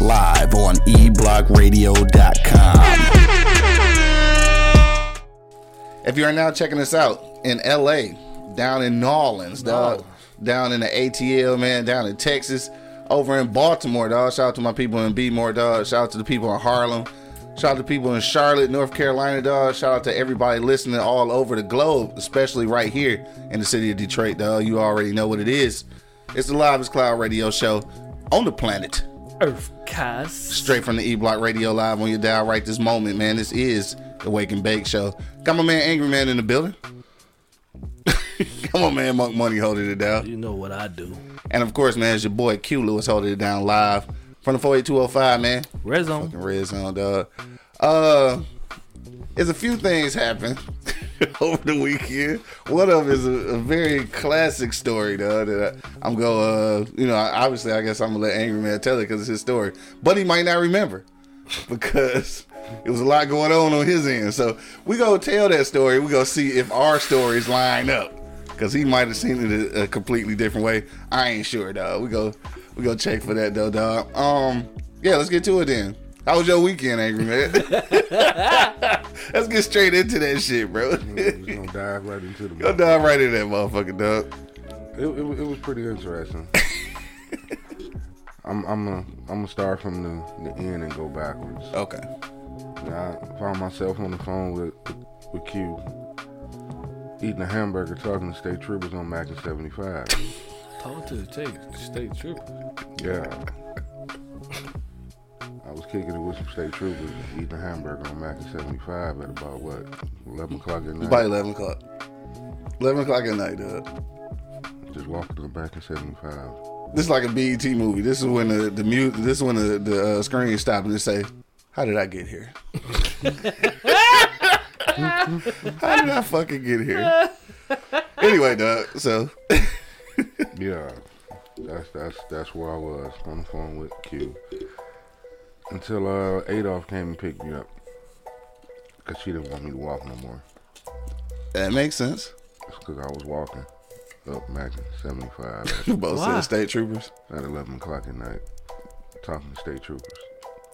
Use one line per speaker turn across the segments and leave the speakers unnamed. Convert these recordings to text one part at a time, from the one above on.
live on E eblockradio.com. If you are now checking us out in LA, down in New Orleans, dog, down in the ATL, man, down in Texas, over in Baltimore, dog. Shout out to my people in Beatmore, dog. Shout out to the people in Harlem. Shout out to people in Charlotte, North Carolina, dog. Shout out to everybody listening all over the globe, especially right here in the city of Detroit, dog. You already know what it is. It's the Live is Cloud radio show on the planet.
Earth cast.
Straight from the E Block Radio Live on your dial right this moment, man. This is the Wake and Bake Show. Got my man Angry Man in the building. Come on, man. Monk Money holding it down.
you know what I do.
And of course, man, it's your boy Q Lewis holding it down live from the 48205, man.
Red Zone.
Red Zone, dog. Uh, there's a few things happened over the weekend. One of them is a, a very classic story, dog. That I, I'm going, uh, you know, I, obviously, I guess I'm gonna let Angry Man tell it because it's his story, but he might not remember because it was a lot going on on his end. So we gonna tell that story. We gonna see if our stories line up because he might have seen it a, a completely different way. I ain't sure, dog. We go, we go check for that though, dog. Um, yeah, let's get to it then. How was your weekend, Angry Man? let's get straight into that shit, bro.
Just gonna dive right into the.
Go dive right in that motherfucker, dog.
It, it, wa- it was pretty interesting. I'm I'm a, I'm gonna start from the, the end and go backwards.
Okay.
Yeah, I found myself on the phone with with Q, eating a hamburger, talking to state troopers on Mac and 75.
Told to the tape. State trooper.
Yeah. I was kicking it with some state troopers, eating a hamburger on Mac and 75 at about what 11 o'clock at night.
By eleven o'clock. Eleven o'clock at night, dog.
Just walking to the Mac and 75.
This is like a BET movie. This is when the the mute. This is when the the uh, screen stops and they say, "How did I get here? How did I fucking get here?" Anyway, dog. So
Yeah, that's that's that's where I was on the phone with Q until uh, Adolf came and picked me up because she didn't want me to walk no more.
that makes sense.
It's because I was walking up Mac and 75 at,
You both
Why?
said state troopers.
at 11 o'clock at night, talking to state troopers,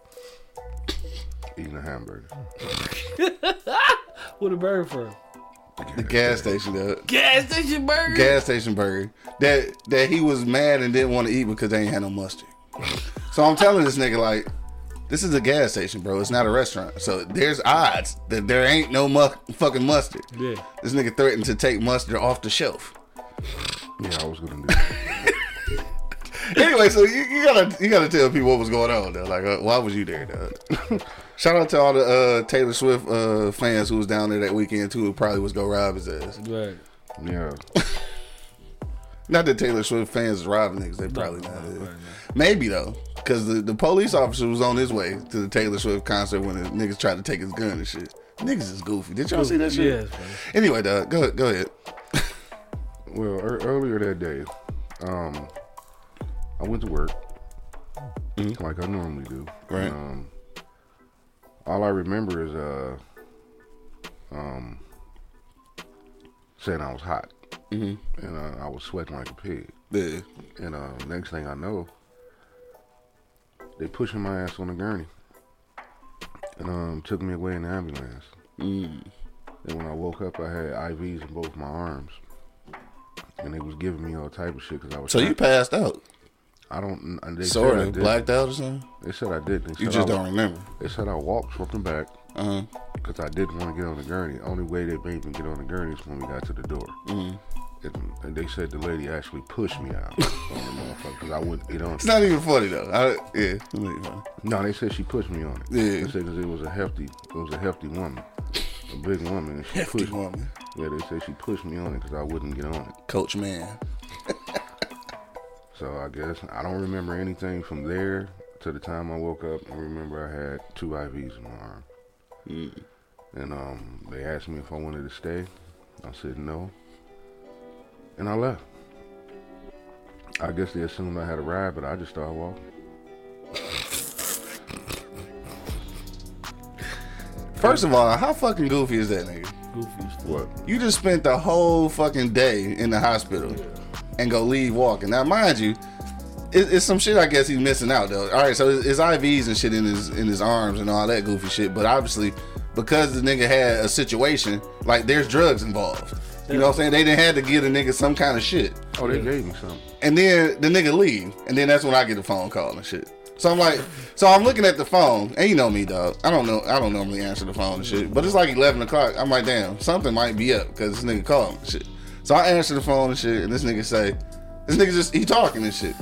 eating a hamburger.
What a bird for?
The gas station, dog.
Gas station burger.
gas station burger that that he was mad and didn't want to eat because they ain't had no mustard. So I'm telling this nigga like, this is a gas station, bro. It's not a restaurant. So there's odds that there ain't no mu- fucking mustard.
Yeah.
This nigga threatened to take mustard off the shelf.
Yeah, I was gonna do. That.
Anyway, so you, you gotta you gotta tell people what was going on though. Like, uh, why was you there? Though? Shout out to all the uh, Taylor Swift uh, fans who was down there that weekend too. Who probably was gonna rob his ass.
Right.
Yeah,
Not that Taylor Swift fans is robbing niggas. They probably not. is. Maybe though, because the, the police officer was on his way to the Taylor Swift concert when the niggas tried to take his gun and shit. Niggas is goofy. Did y'all see that shit?
Yes, man.
Anyway, dog, go go ahead.
Well, ear earlier that day, um, I went to work like I normally do.
Right.
Um, all I remember is uh, um, saying I was hot, mm-hmm. and uh, I was sweating like a pig.
Yeah.
And uh, next thing I know, they pushing my ass on the gurney and um, took me away in the ambulance. Mm. And when I woke up, I had IVs in both my arms, and they was giving me all type of shit because I was.
So you
trying-
passed out,
I don't. They
sort
said I
of
did.
blacked out or something.
They said I did. They
You
said
just
I,
don't remember.
They said I walked front and back
Uh huh.
because I didn't want to get on the gurney. Only way they made me get on the gurney is when we got to the door.
Mm-hmm.
Mm. And, and they said the lady actually pushed me out on the motherfucker because I wouldn't get on.
It's not even funny though. I, yeah. It's not even funny.
No, they said she pushed me on it.
Yeah.
They said 'cause it was a hefty, it was a hefty woman, a big woman. And she
Hefty
pushed,
woman.
Yeah, they said she pushed me on it because I wouldn't get on it.
Coach man.
So I guess I don't remember anything from there to the time I woke up. I remember I had two IVs in my arm.
Hmm.
And um, they asked me if I wanted to stay. I said no. And I left. I guess they assumed I had a ride, but I just started walking.
First of all, how fucking goofy is that nigga?
Goofy. as fuck.
What?
You just spent the whole fucking day in the hospital and go leave walking. Now, mind you, it, it's some shit I guess he's missing out though. All right, so it's, it's IVs and shit in his in his arms and all that goofy shit. But obviously, because the nigga had a situation, like there's drugs involved. You know what I'm saying? They didn't have to give the nigga some kind of shit.
Oh, they gave me something.
And then the nigga leave, and then that's when I get the phone call and shit. So I'm like, so I'm looking at the phone, and you know me, dog. I don't know, I don't normally answer the phone and shit, but it's like 11 o'clock. I'm like, damn, something might be up because this nigga called me and shit. So I answer the phone and shit, and this nigga say, this nigga just he talking and shit.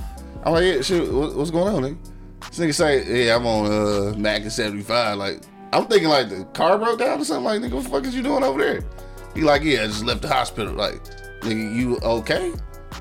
I'm like, yeah, shit, what, what's going on, nigga? This nigga say, yeah, I'm on uh Mac and 75. Like, I'm thinking like the car broke down or something. Like, nigga, what the fuck is you doing over there? He like, yeah, I just left the hospital. Like, nigga, you okay?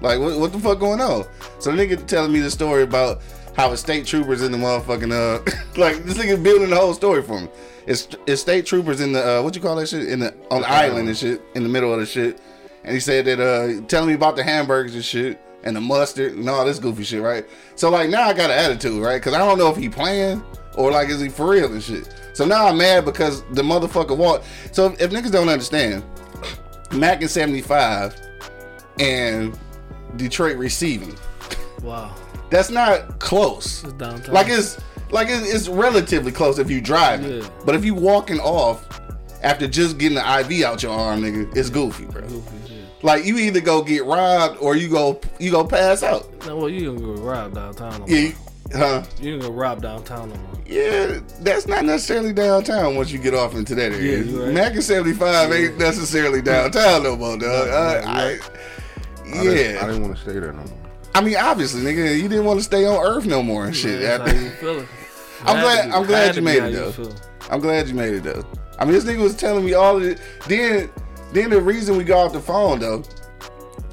Like, what, what the fuck going on? So the nigga telling me the story about how it's state troopers in the motherfucking uh, like this nigga building the whole story for me. It's it's state troopers in the uh, what you call that shit in the on the island and shit in the middle of the shit. And he said that uh, telling me about the hamburgers and shit and the mustard and all this goofy shit, right? So like now I got an attitude, right? Cause I don't know if he playing or like is he for real and shit. So now I'm mad because the motherfucker walked. So if, if niggas don't understand, Mac and 75 and Detroit receiving.
Wow.
That's not close.
It's downtown.
Like it's like it's, it's relatively close if you driving.
Yeah.
But if you walking off after just getting the IV out your arm, nigga, it's goofy, bro.
Goofy. Yeah.
Like you either go get robbed or you go you go pass out.
Now, well, you ain't gonna rob downtown. No
Yeah,
More.
you- huh?
You ain't gonna rob downtown no more.
Yeah, that's not necessarily downtown once you get off into that area.
Yeah, you right.
Mac and 75 ain't necessarily downtown no more, dog. Uh, I, I,
I
yeah.
Didn't, I didn't want to stay there no more.
I mean, obviously, nigga, you didn't want to stay on Earth no more and shit.
That's
after-
how you feeling.
I'm
Had
glad-
to be-
I'm glad
had
you
to be
made
how
it,
you
though.
feel.
I'm glad you made it though. I mean, this nigga was telling me all of it. Then, then the reason we got off the phone though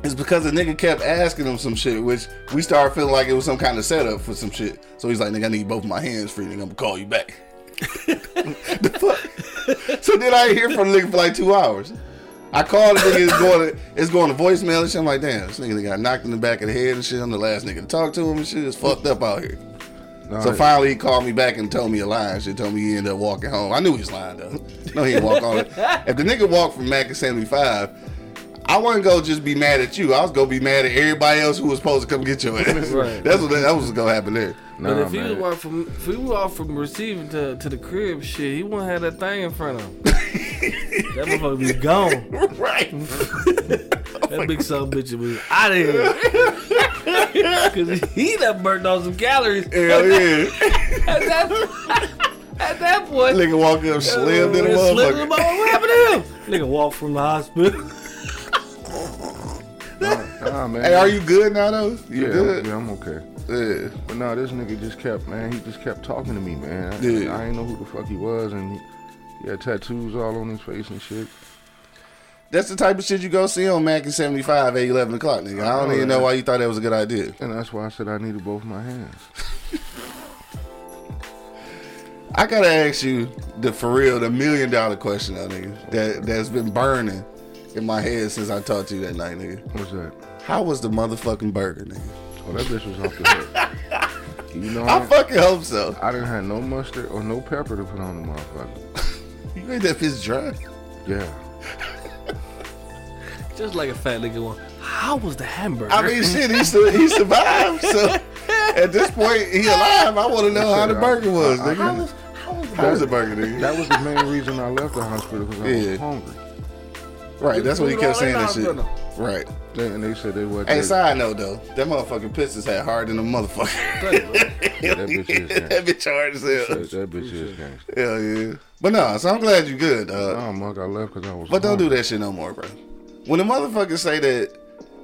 is because the nigga kept asking him some shit, which we started feeling like it was some kind of setup for some shit. So he's like, "Nigga, I need both my hands free. Nigga, I'm gonna call you back." the fuck? So then I ain't hear from the nigga for like two hours. I called the nigga, it's going, to, it's going to voicemail and shit. I'm like, damn, this nigga got knocked in the back of the head and shit. I'm the last nigga to talk to him and shit. It's fucked up out here.
No,
So
I-
finally, he called me back and told me a lie. and Shit, told me he ended up walking home. I knew he was lying though. No, he didn't walk on it. If the nigga walked from Mac and seventy five, I wasn't gonna just be mad at you. I was gonna be mad at everybody else who was supposed to come get your ass.
Right.
That's what that, that was gonna happen there.
Nah,
but if he
man.
was walk from if he walk from receiving to, to the crib, shit, he wouldn't have that thing in front of him. that motherfucker be gone.
Right.
That big son of a bitch was out of here. Cause he done burnt off some calories.
Hell yeah.
At that, at that point,
nigga walked up, slimmed in a
Slimmed in
motherfucker.
the motherfucker. What happened to him? Nigga walked from the hospital.
Nah, nah, man.
Hey, are you good now though? You
Yeah,
good?
yeah, I'm okay.
Yeah.
But nah, this nigga just kept, man, he just kept talking to me, man. I,
Yeah.
I didn't know who the fuck he was, and he, he had tattoos all on his face and shit.
That's the type of shit you go see on Mac and seventy five at eleven o'clock, nigga. I
Oh,
don't even know why you thought that was a good idea.
And that's why I said I needed both my hands.
I gotta ask you the for real, the million dollar question though, nigga. That that's been burning in my head since I talked to you that night, nigga.
What's that?
How was the motherfucking burger, nigga?
Oh, that bitch was off the hook. you know, I,
I fucking hope so.
I didn't have no mustard or no pepper to put on the motherfucker.
You made that bitch dry.
Yeah.
Just like a fat nigga one. How was the hamburger?
I mean, shit, he su- he survived. So at this point, he alive. I want to know Uh, how the burger was,
I- I-
nigga. How was the burger, nigga?
That was the main reason I left the hospital because I
Yeah.
was hungry.
Right, that's what he kept
Food
saying
all
and
in
shit.
the
Right.
They, and they said they wasn't.
Hey, side note though, that motherfucking Pistons had hard in the motherfucker.
that bitch is
that bitch hard as hell.
that, that bitch is gangster.
Hell yeah. But no, so I'm glad you good, dog.
Oh, Monk, I left because I was.
But don't do
hungry.
that shit no more, bro. When the motherfuckers say that,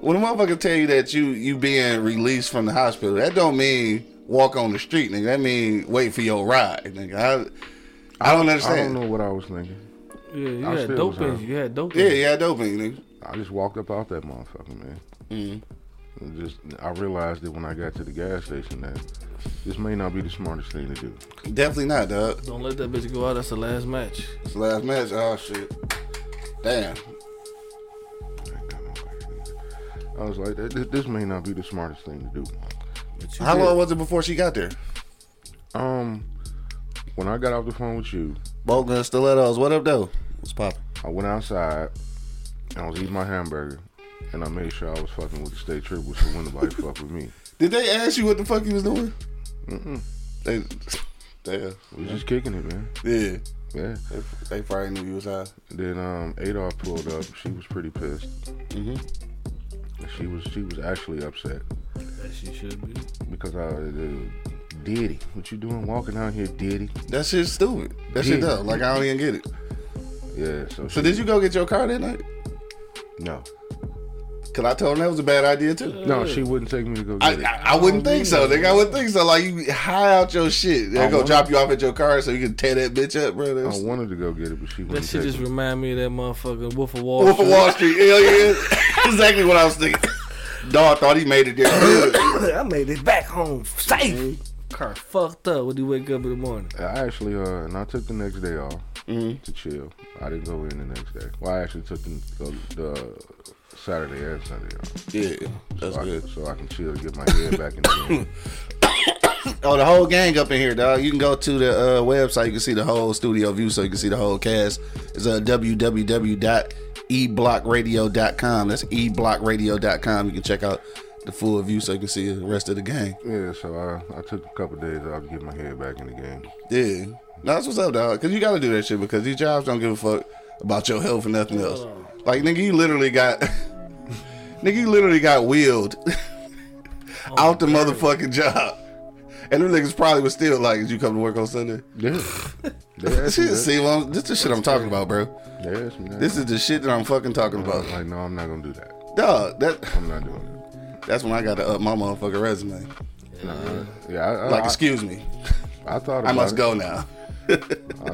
when the motherfuckers tell you that you you being released from the hospital, that don't mean walk on the street, nigga. That mean wait for your ride, nigga. I, I don't
I
understand.
don't know what I was thinking.
yeah, you
I
had
still
dope
was
in
hungry.
you. You had dope in
Yeah,
you.
yeah, doping, nigga.
I just walked up out that motherfucker, man. And Just I realized it when I got to the gas station that This may not be the smartest thing to do.
Definitely not, dog.
Don't let that bitch go out. That's the last match.
It's the last match. Oh shit. Damn.
I was like, "Th- th- this may not be the smartest thing to do.
But you
How
did.
long was it before she got there?
Um, when I got off the phone with you,
Bolt gun stilettos. What up though? What's poppin'?
I went outside and I was eating my hamburger, and I made sure I was fucking with the state triple, so when nobody fuck with me,
Did they ask you what the fuck you was doing? They, damn.
we was just kicking it, man.
Yeah.
Yeah.
They, they probably knew you was high.
Then um, Adolf pulled up. She was pretty pissed.
Mm-hmm.
She was she was actually upset
That she should be.
because I uh, Diddy, what you doing walking out here, Diddy?
That shit's stupid. That shit
Yeah.
dumb. Like I don't even get it.
Yeah. So
So did you go get your car that night?
No.
Cause I told him that was a bad idea too.
No, she wouldn't take me to go
Oh, I,
get it.
I, I wouldn't think so. Nigga, I wouldn't think so. Like you high out your shit. They
I
go
wanna-
drop you off at your car so you can tear that bitch up, bro.
I
That's
wanted to go get it, but she
That
wouldn't
shit
take
just
me.
remind me of that motherfucker Wolf of Wall.
Wolf of
Street.
Wall Street. Hell yeah. exactly what I was thinking. Dog thought he made it there. good.
I made it back home safe. Car fucked up when you wake up in the morning.
I actually uh, and I took the next day off
Mm-hmm.
to chill. I didn't go in the next day. Well, I actually took the, the, the Saturday and Sunday off.
yeah, that's
so
good.
I, so I can chill, get my head back in the game.
Oh, the whole gang up in here, dog. You can go to the uh, website. You can see the whole studio view, so you can see the whole cast. It's uh, e www.eblockradio.com. That's e eblockradio.com. You can check out the full view, so you can see the rest of the gang.
Yeah, so I, I took a couple days off to get my head back in the game.
Yeah, no, that's what's up, dog. Cause you gotta do that shit because these jobs don't give a fuck about your health and nothing else. Like nigga, you literally got, nigga, you literally got wheeled out the motherfucking job, and them niggas probably was still like, "Did you come to work on Sunday?"
Yeah. they asked
See,
me that.
see well, this is the shit I'm talking about, bro.
They asked me that.
This is the shit that I'm fucking talking
I
about.
was like, no, I'm not gonna do that.
Dog, that
I'm not doing it.
that's when I got to up my motherfucking resume.
Yeah, I, I,
Like,
I-
excuse me,
I thought about
I must
it.
go now.
I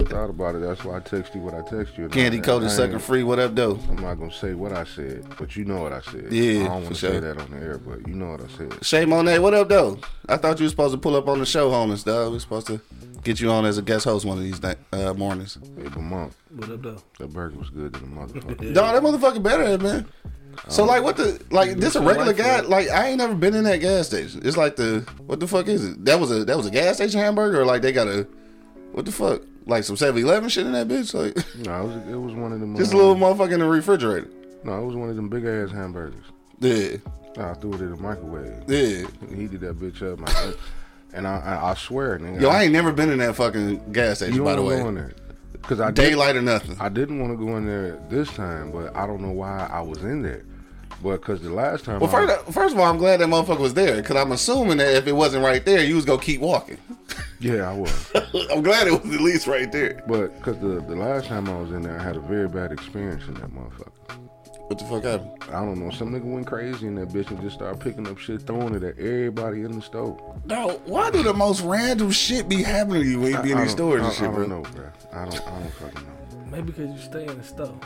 thought about it. That's why I text you what I text you. And
Candy
I-
coated
I
sucker
ain't-
free. What up, though?
I'm not gonna say what I said, but you know what I said.
Yeah,
I don't want
for
to
sure.
say that on the air, but you know what I said.
Shay Monet, what up, though? I thought you were supposed to pull up on the show, homies, dog. We're supposed to get you on as a guest host one of these ni- uh, mornings.
Hey, but monk,
What up, though?
that burger was good than the motherfucker.
Dog, that motherfucker better than man. So like what the like this a regular guy like I ain't never been in that gas station. It's like the what the fuck is it? That was a that was a gas station hamburger or like they got a what the fuck like some 7-Eleven shit in that bitch like
no, it was, it was one of them.
just a
uh,
little motherfucker in the refrigerator.
No, it was one of them big ass hamburgers.
Yeah,
Nah, I threw it in the microwave.
yeah.
He heated that bitch up, my, and I, I, I swear, nigga.
Yo, I ain't never been in that fucking gas station
You
by
don't
the
wanna go in
way.
there, cause I did,
Daylight or nothing.
I didn't want to go in there this time, but I don't know why I was in there. But cause the last time,
Well,
I-
first, first of all, I'm glad that motherfucker was there because I'm assuming that if it wasn't right there, you was gonna keep walking.
yeah, I was.
I'm glad it was at least right there.
But because the, the last time I was in there, I had a very bad experience in that motherfucker.
What the fuck happened?
I don't know, some nigga went crazy in that bitch and just started picking up shit, throwing it at everybody in the store.
No, why do the most random shit be happening to you when you be in
I
these stores
don't- I,
and
I
shit,
don't
bro?
know, bro. I don't, I don't fucking know.
Maybe because you stay in the store.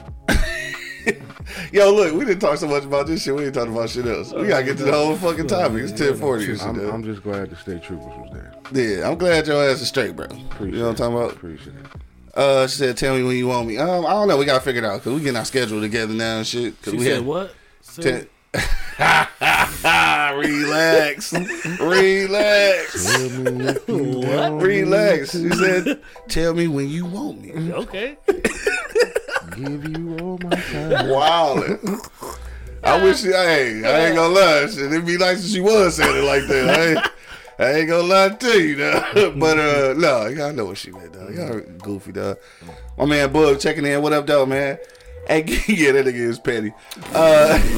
Yo, look, we didn't talk so much about this shit. We ain't talking about shit else. We gotta get to the whole fucking topic. It's 1040 and shit,
I'm,
though.
I'm just glad the state troopers was there.
Yeah, I'm glad your ass is straight, bro. You
Appreciate
know what I'm
it.
talking about?
Appreciate it.
Uh, she said, "Tell me when you want me." Um, I don't know. We gotta figure it out because we getting our schedule together now and shit. 'Cause
She
we
said
had-
what? Sir?
Ten- relax, relax,
Tell me if you want me,
relax. She said, "Tell me when you want me."
Okay.
give you all my time.
Wildin'. I wish she, hey, I ain't gonna lie. Shit, it'd be nice if she was saying it like that. I ain't, I ain't gonna lie to you, dog. But uh, no, y'all know what she meant, dog. Y'all goofy, dog. My man Bug checking in. What up, though, man? Hey, yeah, that nigga is petty.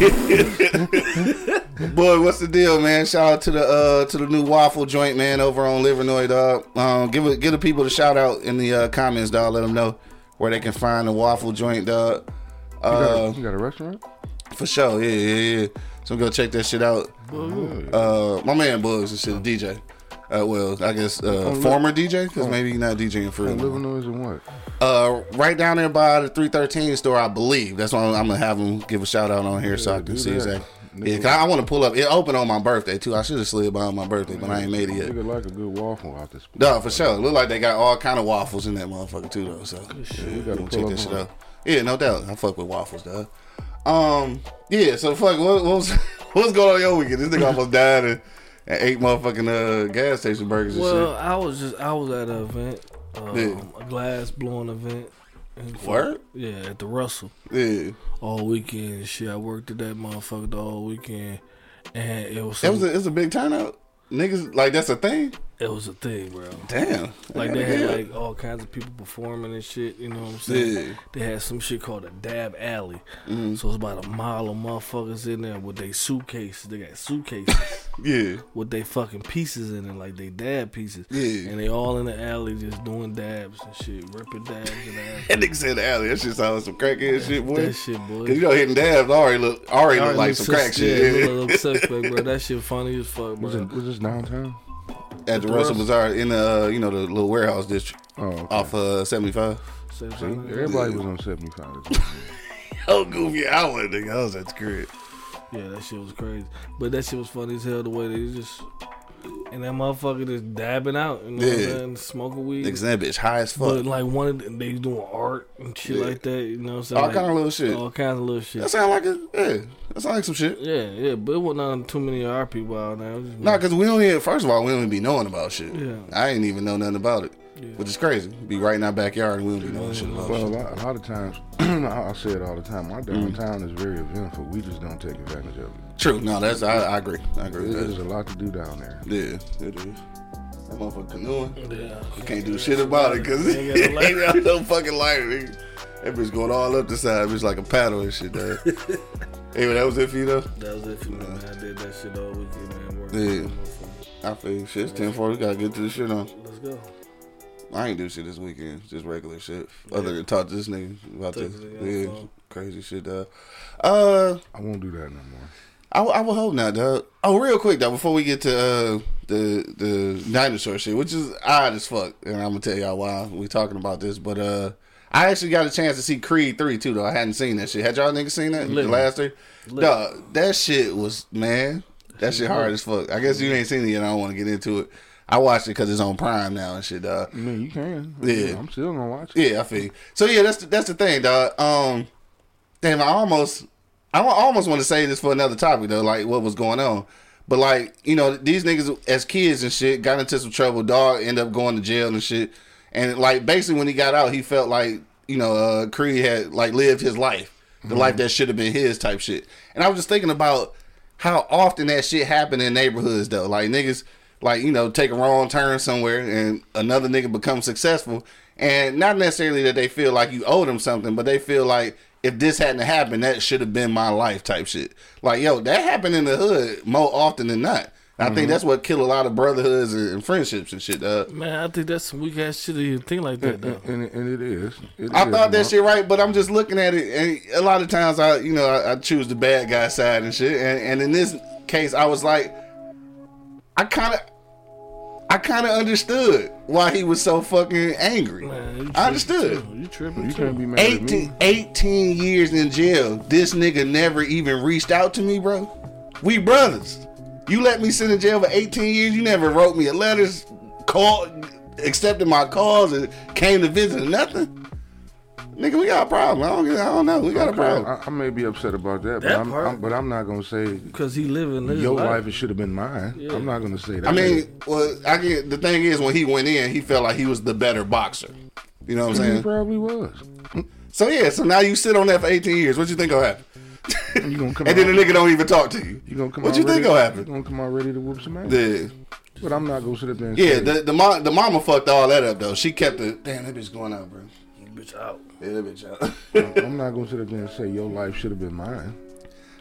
Uh, Bug, what's the deal, man? Shout out to the uh, to the new waffle joint, man, over on Livernois, dog. Um, give it, give the people the shout out in the uh, comments, dog. Let them know where they can find the waffle joint, dog.
You got,
Uh,
a, you got a restaurant?
for sure, yeah, yeah, yeah. So go check that shit out.
Hell yeah.
Uh, my man Bugs and shit, DJ. Uh, well, I guess
Oh,
uh, former DJ because maybe he's not DJing for
Living
real.
noise and what?
Uh, right down there by the 313 store, I believe. That's why I'm gonna have him give a shout out on here so I
Yeah,
can
do
see
that.
exactly. Yeah, 'cause I, want to pull up. It opened on my birthday too. I should have slid by on my birthday, but I ain't made it yet.
Nigga like a good waffle out this.
No, for sure. Look like they got all kind of waffles in that motherfucker too, though. So
We
yeah,
gotta
we'll
pull
check
up
that shit
on-
out. Yeah, no doubt. I fuck with waffles, dog. Um, yeah. So fuck. What, what was what's going on your weekend? This nigga almost died and, and ate motherfucking uh, gas station burgers and
Well, I was just I was at an event, um,
Yeah.
a glass blowing event. in-
shit. Word.
Yeah, at the Russell
Yeah.
all weekend. and Shit, I worked at that motherfucker the whole weekend, and it was
That was
some-
a, it's a big turnout. Niggas like that's a thing.
it was a thing, bro.
Damn.
Like they had
Yeah.
like all kinds of people performing and shit. You know what I'm saying?
Yeah. Mm-hmm.
They had some shit called a dab alley. So it's about a mile of motherfuckers in there with they suitcases. They got suitcases
yeah.
with they fucking pieces in it, like they dab pieces.
Yeah.
And they all in the alley just doing dabs and shit, ripping dabs and ass.
That nigga said the alley. That shit sounded some crackhead shit, boy.
That shit, boy.
Cause you know hitting dabs already look already look like some crack shit.
Yeah, look like some suspect, bro. That shit funny as fuck,
Was,
bro.
it, was this downtown?
at the Russell Bazaar in the uh, you know the little warehouse district
Oh, okay.
off uh, 75.
Same
See,
time.
everybody was on seventy five. this weekend.
Oh goofy, I was nigga. I was at the crib.
Yeah, that shit was crazy. But that shit was funny as hell the way they just and that motherfucker just dabbing out, you know what I'm
Yeah.
saying? Smoking weed.
Niggas in that bitch high as fuck.
But like one of the, they doing art and shit
Yeah.
like that, you know what I'm saying?
All
Like,
kind of little shit.
all kinds of little shit.
That sound like a yeah. That sound like some shit.
yeah, yeah, but it wasn't on too many of our people out there. It was just-
Nah, cause we don't even. First of all, we don't even be knowing about shit.
Yeah.
I ain't even know nothing about it,
Yeah.
which is crazy. Be right in our backyard and we don't be knowing shit about
Well, a
shit.
lot, a lot of times, I, I say it all the time. My
Mm.
downtown is very eventful. We just don't take advantage of it.
True. No, that's I, I agree. I agree with
There's
that.
a lot to do down there.
Yeah, it is. That motherfucker canoeing.
Yeah.
You can't do shit about it because
Ain't
ain't
got a lighter.
got no fucking lighter. nigga. That bitch going all up the side. Bitch like a paddle and shit, dog. anyway, that was it for you, though.
That was it for me, man. I did that shit all weekend, man. Work.
Yeah. I feel you. Shit's 10 4. We got to get to the shit on.
Let's go.
I ain't do shit this weekend. Just regular shit. Other than talk to this nigga about
Talk
this.
to the guy on the
Yeah.
phone.
Crazy shit, dog. Uh,
I won't do that no more.
I, I would hope not, dog. Oh, real quick, though, before we get to uh, the the dinosaur shit, which is odd as fuck, and I'm gonna tell y'all why we talking about this, but uh, I actually got a chance to see Creed three too, though. I hadn't seen that shit. Had y'all niggas seen that the
Lit.
last three?
Lit.
Dog, that shit was man, that shit hard as fuck. I guess you ain't seen it yet. I don't want to get into it. I watched it because it's on Prime now and shit, dog.
I mean, you can.
Yeah.
I'm still gonna watch it.
Yeah, I feel. You. So yeah, that's the, that's the thing, dog. Um, damn, I almost, I wa- almost want to say this for another topic though, like what was going on. But like, you know, these niggas as kids and shit got into some trouble. Dog ended up going to jail and shit. And like, basically, when he got out, he felt like you know uh, Creed had like lived his life, the life that should have been his type shit. And I was just thinking about how often that shit happen in neighborhoods though. Like niggas like, you know, take a wrong turn somewhere and another nigga becomes successful. And not necessarily that they feel like you owe them something, but they feel like if this hadn't happened, that should have been my life type shit. Like, yo, that happened in the hood more often than not. And I think that's what kill a lot of brotherhoods and and friendships and shit. Uh,
Man, I think that's some weak ass shit to even think like that, though.
And, and it is. It
I
is,
thought that
Mark.
shit right, but I'm just looking at it, and a lot of times I, you know, I, I choose the bad guy side and shit. And, and in this case, I was like, I kind of, I kind of understood why he was so fucking angry.
Man, you
I understood.
tripping too. Oh, You tripping
You
too.
can't be mad at me.
18, 18 years in jail. This nigga never even reached out to me, bro. We brothers. You let me sit in jail for 18 years. You never wrote me a letter, called, accepted my calls, and came to visit. Nothing. Nigga, we got a problem. I don't, get- I don't know. We got a problem.
I, I may be upset about that, but
That
I'm,
part.
I'm but I'm not gonna say
Cause he living his
your
life.
life it should have been mine.
Yeah.
I'm not gonna say that.
I mean, well, I get the thing is when he went in, he felt like he was the better boxer. You know what I'm
he
saying?
probably was.
So yeah, so now you sit on that for 18 years. What you think will happen?
You gonna come
And then
out-
the nigga don't even talk to you.
You gonna come
what
out
you think
ready-
will
You
happen?
gonna come out ready to whoop some ass?
Yeah.
But I'm not gonna sit up there and
Yeah,
say,
the the, mom, the mama fucked all that up though. She kept the damn that bitch going out, bro.
Bitch out.
Yeah, that bitch out.
I'm not gonna sit up there and say your life should have been mine.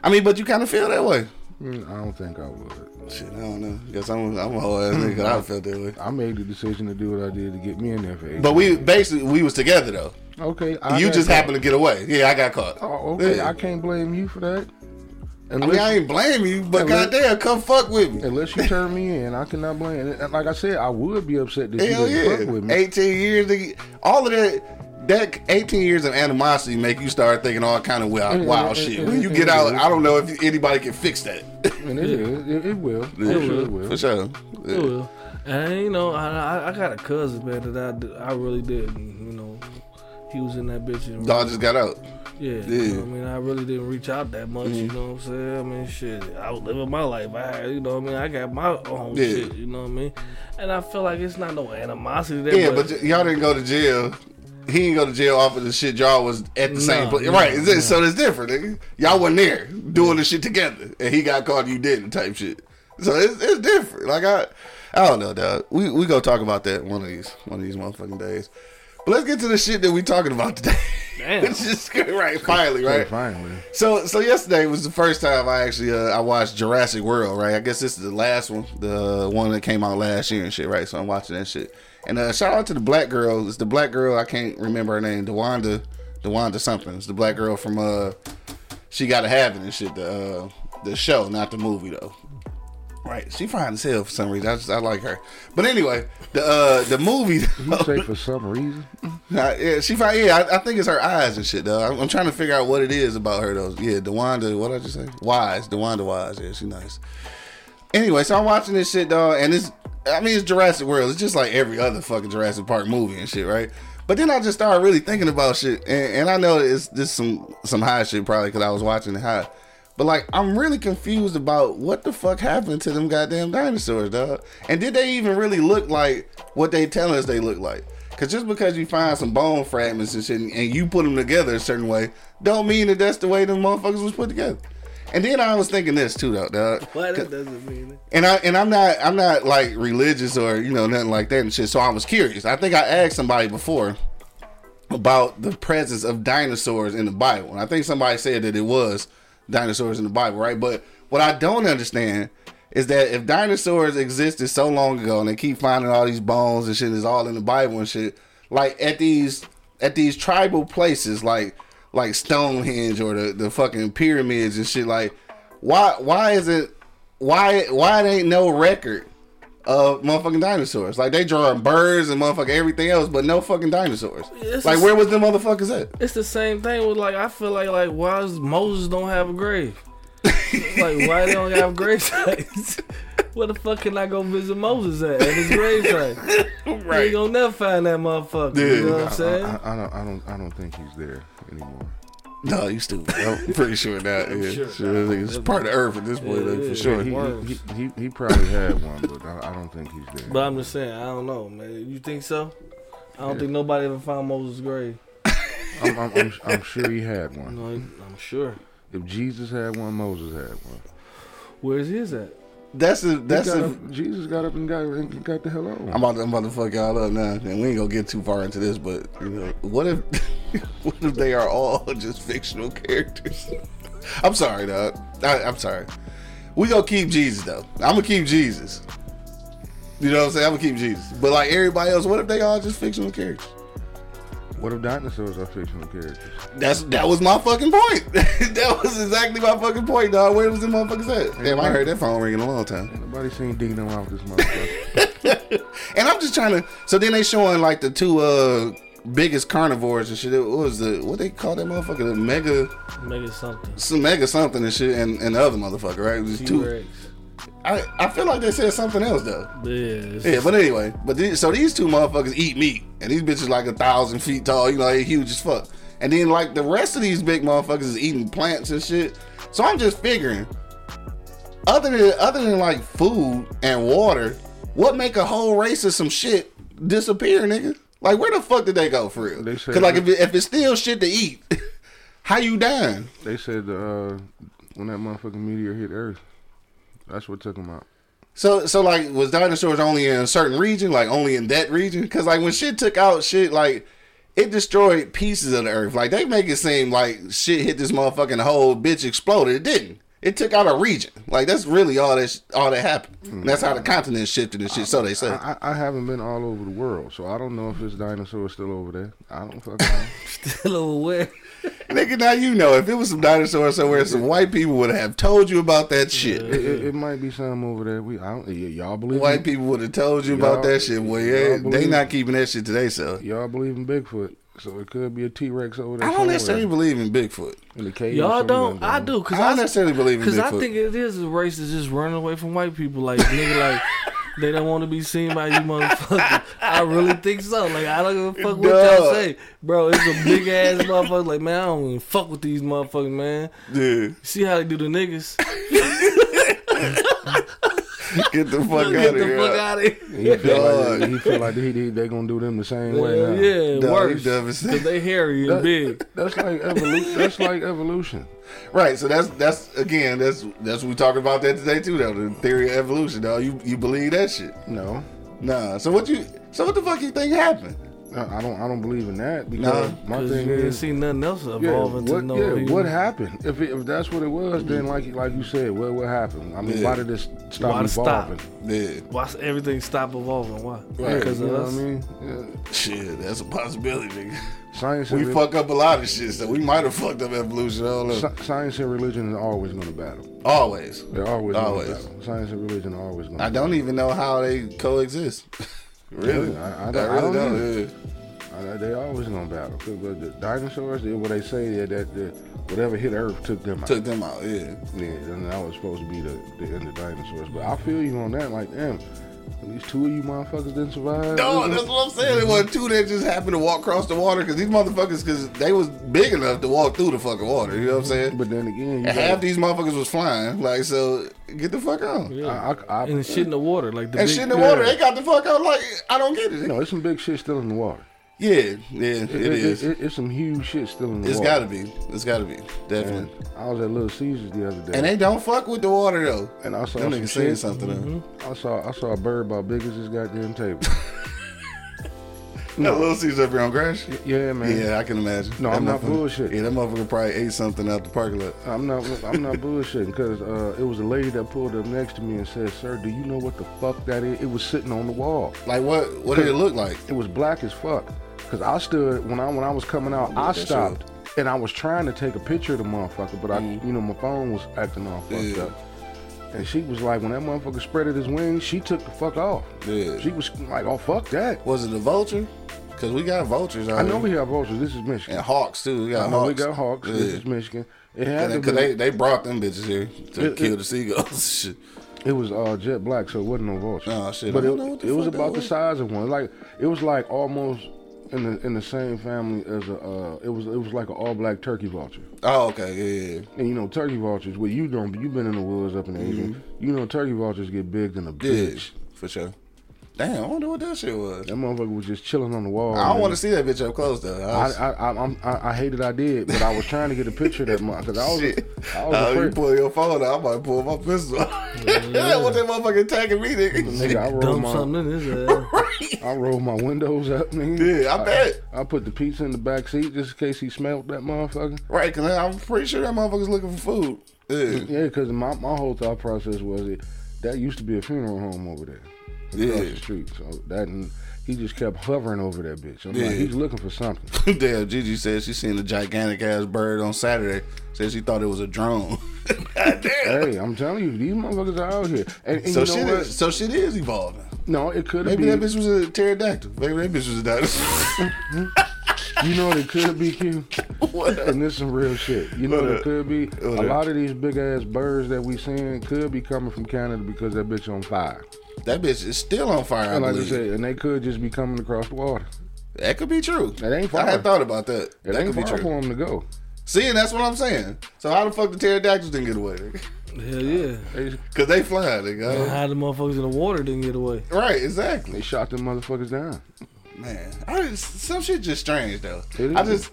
I mean, but you kind of feel that way.
Mm, I don't think I would.
Shit, I don't know. Guess I'm I'm a whole ass
Hmm.
nigga. I felt that way.
I made the decision to do what I did to get me in there for eight.
But we basically we was together though.
okay, I
you
got
just
caught.
happened to get away. Yeah, I got caught.
Oh, okay.
Yeah.
I can't blame you for that.
I mean,
Unless,
I ain't blame you, but
Yeah, let-
goddamn, come fuck with me.
unless you turn me in, I cannot blame. And like I said, I would be upset that
Hell
you didn't
yeah,
fuck with me.
eighteen years, nigga. all of that. that 18 years of animosity make you start thinking all kind of wild,
Mm-hmm.
wild shit. When you get out, I don't know if anybody can fix that.
And it, is. it, it will. I'm sure it will.
For sure.
I will. And you know, I, I I got a cousin, man, that I, d- I really did. You know, he was in that bitch. And
Dog just got out.
yeah,
yeah.
You know, what I mean, I really didn't reach out that much.
Mm-hmm.
You know what I'm saying? I mean, shit, I was living my life. I, had- you know, what I mean, I got my own
Yeah.
shit. You know what I mean? And I feel like it's not no animosity there.
Yeah, but y- y'all didn't go to jail. He didn't go to jail off of the shit y'all was at the same
No,
place.
no,
right. it's- So it's different, nigga. Y'all wasn't there doing the shit together. And he got caught, you didn't type shit. So it's, it's different. Like I I don't know, dog. We we gonna talk about that one of these one of these motherfucking days. But let's get to the shit that we talking about today.
Damn.
It's just right, finally, right?
Finally.
So so yesterday was the first time I actually uh, I watched Jurassic World, right? I guess this is the last one, the one that came out last year and shit, right? So I'm watching that shit. And uh, shout out to the black girl. It's the black girl I can't remember her name, Dewanda, Dewanda something. It's the black girl from uh, she got to have it and shit. The uh, the show, not the movie though. Right, she fine as hell for some reason. I just I like her. But anyway, the uh, the movie.
You say for some reason.
Nah, yeah, she fine. Yeah, I, I think it's her eyes and shit though. I'm, I'm trying to figure out what it is about her though. Yeah, Dewanda, what did I just say? Wise, Dewanda Wise. Yeah, she nice. Anyway, so I'm watching this shit dog, and it's I mean it's Jurassic World. It's just like every other fucking Jurassic Park movie and shit, right? But then I just started really thinking about shit, and, and I know it's this some some high shit probably because I was watching it high. But like I'm really confused about what the fuck happened to them goddamn dinosaurs, dog. And did they even really look like what they telling us they look like? Cause just because you find some bone fragments and shit, and, and you put them together a certain way, don't mean that that's the way them motherfuckers was put together. And then I was thinking this too, though, dog.
But that doesn't mean it.
And I and I'm not I'm not like religious or you know nothing like that and shit. So I was curious. I think I asked somebody before about the presence of dinosaurs in the Bible. And I think somebody said that it was dinosaurs in the Bible, right? But what I don't understand is that if dinosaurs existed so long ago and they keep finding all these bones and shit is all in the Bible and shit, like at these at these tribal places like like Stonehenge or the, the fucking pyramids and shit, like why why is it why why it ain't no record of motherfucking dinosaurs? Like they drawing birds and motherfucking everything else, but no fucking dinosaurs.
It's
like
a-
where was the motherfuckers at?
It's the same thing with like I feel like like why does Moses don't have a grave? It's like why they don't have grave sites? Where the fuck can I go visit Moses at at his grave site? You ain't gonna never find that motherfucker.
Yeah.
You know what I'm
I,
saying?
I, I don't. I don't. I don't think he's there anymore.
No, you stupid. I'm pretty sure that. Yeah, sure.
sure
It's part of Earth at this point, like, for
Yeah.
sure.
He, he,
Worms.
he, he probably had one, but I, I don't think he's there.
but I'm just saying, I don't know, man. You think so? I don't think nobody ever found Moses' grave.
I'm, I'm, I'm, I'm sure he had one.
No, I'm sure.
If Jesus had one, Moses had one. He
Where's his at?
That's a that's
got
a.
up, Jesus got up and got and got the hell out.
I'm about, to, I'm about to fuck y'all up now, and we ain't gonna get too far into this. But you know, what if, what if they are all just fictional characters? I'm sorry, dog. I, I'm sorry. We gonna keep Jesus though. I'm gonna keep Jesus. You know what I'm saying? I'm gonna keep Jesus. But like everybody else, what if they all just fictional characters?
What if dinosaurs are fictional characters?
That's that was my fucking point. that was exactly my fucking point, dog. Where was the motherfuckers at? Damn, I heard that phone ringing a long time.
Nobody seen Dino off this motherfucker.
And I'm just trying to. So then they showing like the two uh biggest carnivores and shit. It was the what they call that motherfucker, the mega,
Make it something.
some mega something and shit, and, and the other motherfucker, right? It was two.
T-Rex.
I I feel like they said something else though.
Yeah. it's-
Yeah, but anyway, but these, so these two motherfuckers eat meat, and these bitches like a thousand feet tall. You know, they huge as fuck. And then like the rest of these big motherfuckers is eating plants and shit. So I'm just figuring, other than other than like food and water, what make a whole race of some shit disappear, nigga? Like where the fuck did they go for real?
They said-
Because like if, it, if it's still shit to eat, how you dying?
they said uh, when that motherfucking meteor hit Earth, that's what took him out.
So, so like, was dinosaurs only in a certain region, like only in that region? Because like, when shit took out shit, like it destroyed pieces of the earth. Like they make it seem like shit hit this motherfucking whole bitch exploded. It didn't. It took out a region. Like that's really all that sh- all that happened. And that's how the continent shifted and shit. So they say.
Mm. I, I I haven't been all over the world, so I don't know if this dinosaur is still over there. I don't fucking know.
Still over where?
Nigga, now you know if it was some dinosaurs somewhere, some white people would have told you about that shit.
it, it, it might be something over there. We I don't, y- y'all believe
White
in-
people would have told you about
Y'all-
that shit. Well,
y'all
yeah, they
believe-
not keeping that shit today, so
y'all believe in Bigfoot, So it could be a T Rex over there.
I don't
somewhere
necessarily believe in Bigfoot.
in the cave. or
Y'all
something
don't.
like that.
I do because
I don't necessarily believe in
Because I
Bigfoot.
think it is a race that's just running away from white people. Like nigga, like they don't want to be seen by you, motherfucker. I really think so. Like I don't give a fuck what y'all
Duh.
say, bro. It's a big ass motherfucker. Like man, I don't even fuck with these motherfuckers, man.
Dude,
See how they do the niggas?
get the fuck out of
Get the fuck
here.
out of here.
He feel
Dog.
like, he feel like he, he, they gonna do them the same way.
Yeah,
now.
Dog,
yeah
you
worse.
devastated.
Cause they hairy and big.
That's like evolution. that's like evolution.
Right, so that's that's again that's that's we talking about that today too though the theory of evolution though you you believe that shit
No,
nah so what you so what the fuck you think happened
I I don't. I don't believe in that because
Nah.
my
Cause
thing
you didn't
is.
see nothing else
Yeah,
evolving to
what,
no
yeah,
human.
what happened? If it, if that's what it was, then like like you said, what what happened? I mean,
Mm-hmm. Yeah.
why did this stop
Why to stop?
evolving?
yeah
Why s- everything stop evolving? Why?
Yeah,
Because
you
of
know what I
us.
mean? Yeah.
shit that's a possibility nigga.
Science
we
and re-
fuck up a lot of shit so we might have fucked up evolution all over
sci- science and religion are always going to battle.
always
They're always,
Always.
Gonna battle. Science and religion are always going.
I don't even know how they coexist really
Yeah, I- I don't- I don't either.
know.
Uh, they always gonna battle. 'Cause what the dinosaurs did what they say that, that the, whatever hit Earth took them out.
took them out yeah
yeah, and that was supposed to be the, the end of dinosaurs. But I feel you on that. Like, damn, at least two of you motherfuckers didn't survive.
No,
This
that's
is-
what I'm saying. It wasn't two that just happened to walk across the water because these motherfuckers, because they was big enough to walk through the fucking water. You know what I'm saying?
But then again, you
And half
gotta,
these motherfuckers was flying. Like, so get the fuck out.
I, I, I,
And shit in the water, like the
And
big,
shit in the water, they got the fuck out. Like, I don't get it.
you know, there's some big shit still in the water.
Yeah, yeah, it is.
It, it, it's some huge shit still in the
It's
water.
gotta be. It's gotta be. Definitely.
And I was at Little Caesars the other day,
And they don't fuck with the water though.
and I saw
Them
some
niggas saying
shit. Mm-hmm.
something. though.
I saw I saw a bird about big as this goddamn table.
No, Little Caesar up here on Crash.
yeah, man.
Yeah, I can imagine.
No, I'm not
motherfucker-
bullshit.
Yeah, that motherfucker probably ate something out the parking lot.
I'm not. I'm not bullshitting because uh, it was a lady that pulled up next to me and said, "Sir, do you know what the fuck that is?" It was sitting on the wall.
Like, what? What did it look like?
It was black as fuck. Cause I stood when I when I was coming out, I
that shit Mm-hmm.
stopped and I was trying to take a picture of the motherfucker, but I, you know, my phone was acting all fucked
Yeah.
up. And she was like, when that motherfucker spreaded his wings, she took the fuck off.
Yeah.
She was like, oh fuck that.
Was it a vulture? Because we got vultures out
I know
here.
we have vultures. This is Michigan.
and hawks too. We got
I know
hawks.
we got hawks.
Yeah.
This is Michigan. It had to
Because
be-
they, they brought them bitches here to
It-
kill
it-
the seagulls. Shit.
It was uh, jet black, so it wasn't no vulture.
Oh, shit.
But
I
it,
don't know what the
it was
fuck that
about the
was.
size of one. Like it was like almost in the in the same family as a. Uh, it was it was like an all black turkey vulture.
Oh, okay. Yeah, yeah,
And you know turkey vultures. Well, you don't. You've been in the woods up in Asia.
Mm-hmm.
You know turkey vultures get big than a
yeah. Yeah,
bitch.
for sure. Damn, I wonder what that shit was.
That motherfucker was just chilling on the wall.
I don't
man.
want to see that bitch up close though. I
I
was-
I, I, I'm, I I hated I did, but I was trying to get a picture of that month because I was
Shit.
I was
Oh, you
afraid.
pull your phone out, I might pull my pistol out. what that motherfucker attacking me,
Nigga,
nigga?
I rolled
dump
my
something in uh, his ass.
I rolled my windows up, nigga.
Yeah, I bet.
I put the pizza in the back seat just in case he smelled that motherfucker.
Right, because I'm pretty sure that motherfucker's looking for food. Yeah,
Yeah, because my, my whole thought process was it, that used to be a funeral home over there across
yeah.
the street. So that and he just kept hovering over that bitch. I'm
Yeah.
like, he's looking for something.
Damn, Gigi said she seen a gigantic ass bird on Saturday. Said she thought it was a drone. God damn.
hey, I'm telling you, these motherfuckers are out here. And, and
So
you know
shit,
what?
is, so shit is evolving.
No, it could
Maybe
be.
that bitch was a pterodactyl. Maybe that bitch was a dinosaur.
You know what it could be, Q? And this some real shit. You know what,
What
it
up?
could be?
What
a
up?
lot of these big ass birds that we seeing could be coming from Canada because that bitch on fire.
that bitch is still on fire. I
And like I
believe.
said, and they could just be coming across the water.
that could be true.
It ain't
I
far.
had thought about that.
It
that
ain't
could be
far
true.
for them to go.
See, and that's what I'm saying. So how the fuck the pterodactyls didn't get away?
Hell yeah.
They,
Because they fly, nigga.
And how the motherfuckers in the water didn't get away.
Right, exactly.
they shot them motherfuckers down.
Man, I just, some shit just strange though.
It
I
is.
just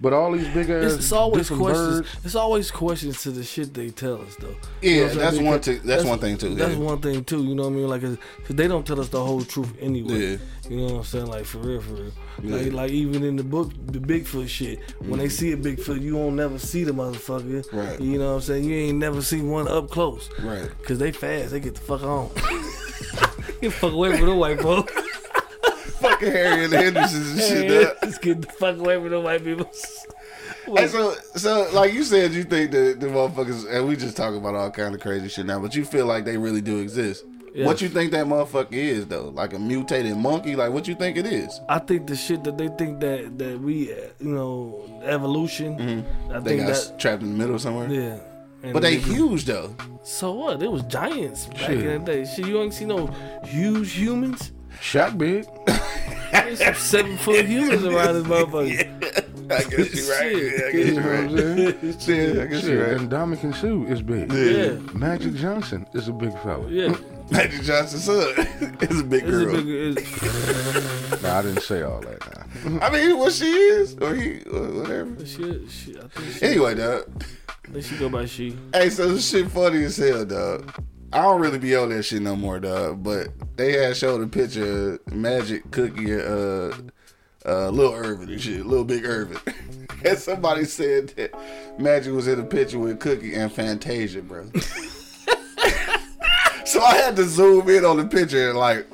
But all these big ass
It's, it's always
different
questions.
birds.
It's always questions to the shit they tell us, though.
yeah,
what I'm
that's
saying?
one.
Because
T- that's, one thing too.
That's
yeah.
one thing too. You know what I mean? Like, cause 'cause they don't tell us the whole truth anyway.
Yeah.
You know what I'm saying? Like for real, for real.
Yeah. Mm-hmm.
Like, like even in the book, the Bigfoot shit. When they see a Bigfoot, you won't never see the motherfucker.
Right.
You know what I'm saying? You ain't never seen one up close.
Right.
Cause they fast. They get the fuck on. get fuck away from the white folks.
Fucking Harry and the Hendersons and shit. dog.
Let's get the fuck away from the white people.
Hey, so, so like you said, you think that the motherfuckers, and we just talk about all kind of crazy shit now, but you feel like they really do exist. What you think that motherfucker is though? Like a mutated monkey? Like what you think it is?
I think the shit that they think that that we, uh, you know, evolution. I
Mm-hmm. They
think
got
that
trapped in the middle somewhere.
yeah. And
But they
niggas-
huge though.
so what? It was giants back in the day. Shit, you ain't see no huge humans.
Shot big.
There's some seven foot humans around this motherfucker.
I guess you're right.
Shit.
Yeah, I guess you're
You know
right.
what I'm saying?
Yeah, I guess
Shit,
you're right.
and Dominican Sue is big.
Yeah,
Magic Johnson is a big fella.
yeah.
Magic Johnson's son is a big
It's a
girl.
big. It's,
Nah, I didn't say all that. Nah.
I mean, what she is or he, or whatever.
she, she, I think she,
Anyway, dog.
I think she go by she.
Hey, so this shit funny as hell, dog. I don't really be on that shit no more, dog. But they had showed a picture of Magic Cookie, uh, uh, Lil Irvin and shit, Lil Big Irvin. and somebody said that Magic was in a picture with Cookie and Fantasia, bro. so I had to zoom in on the picture and like,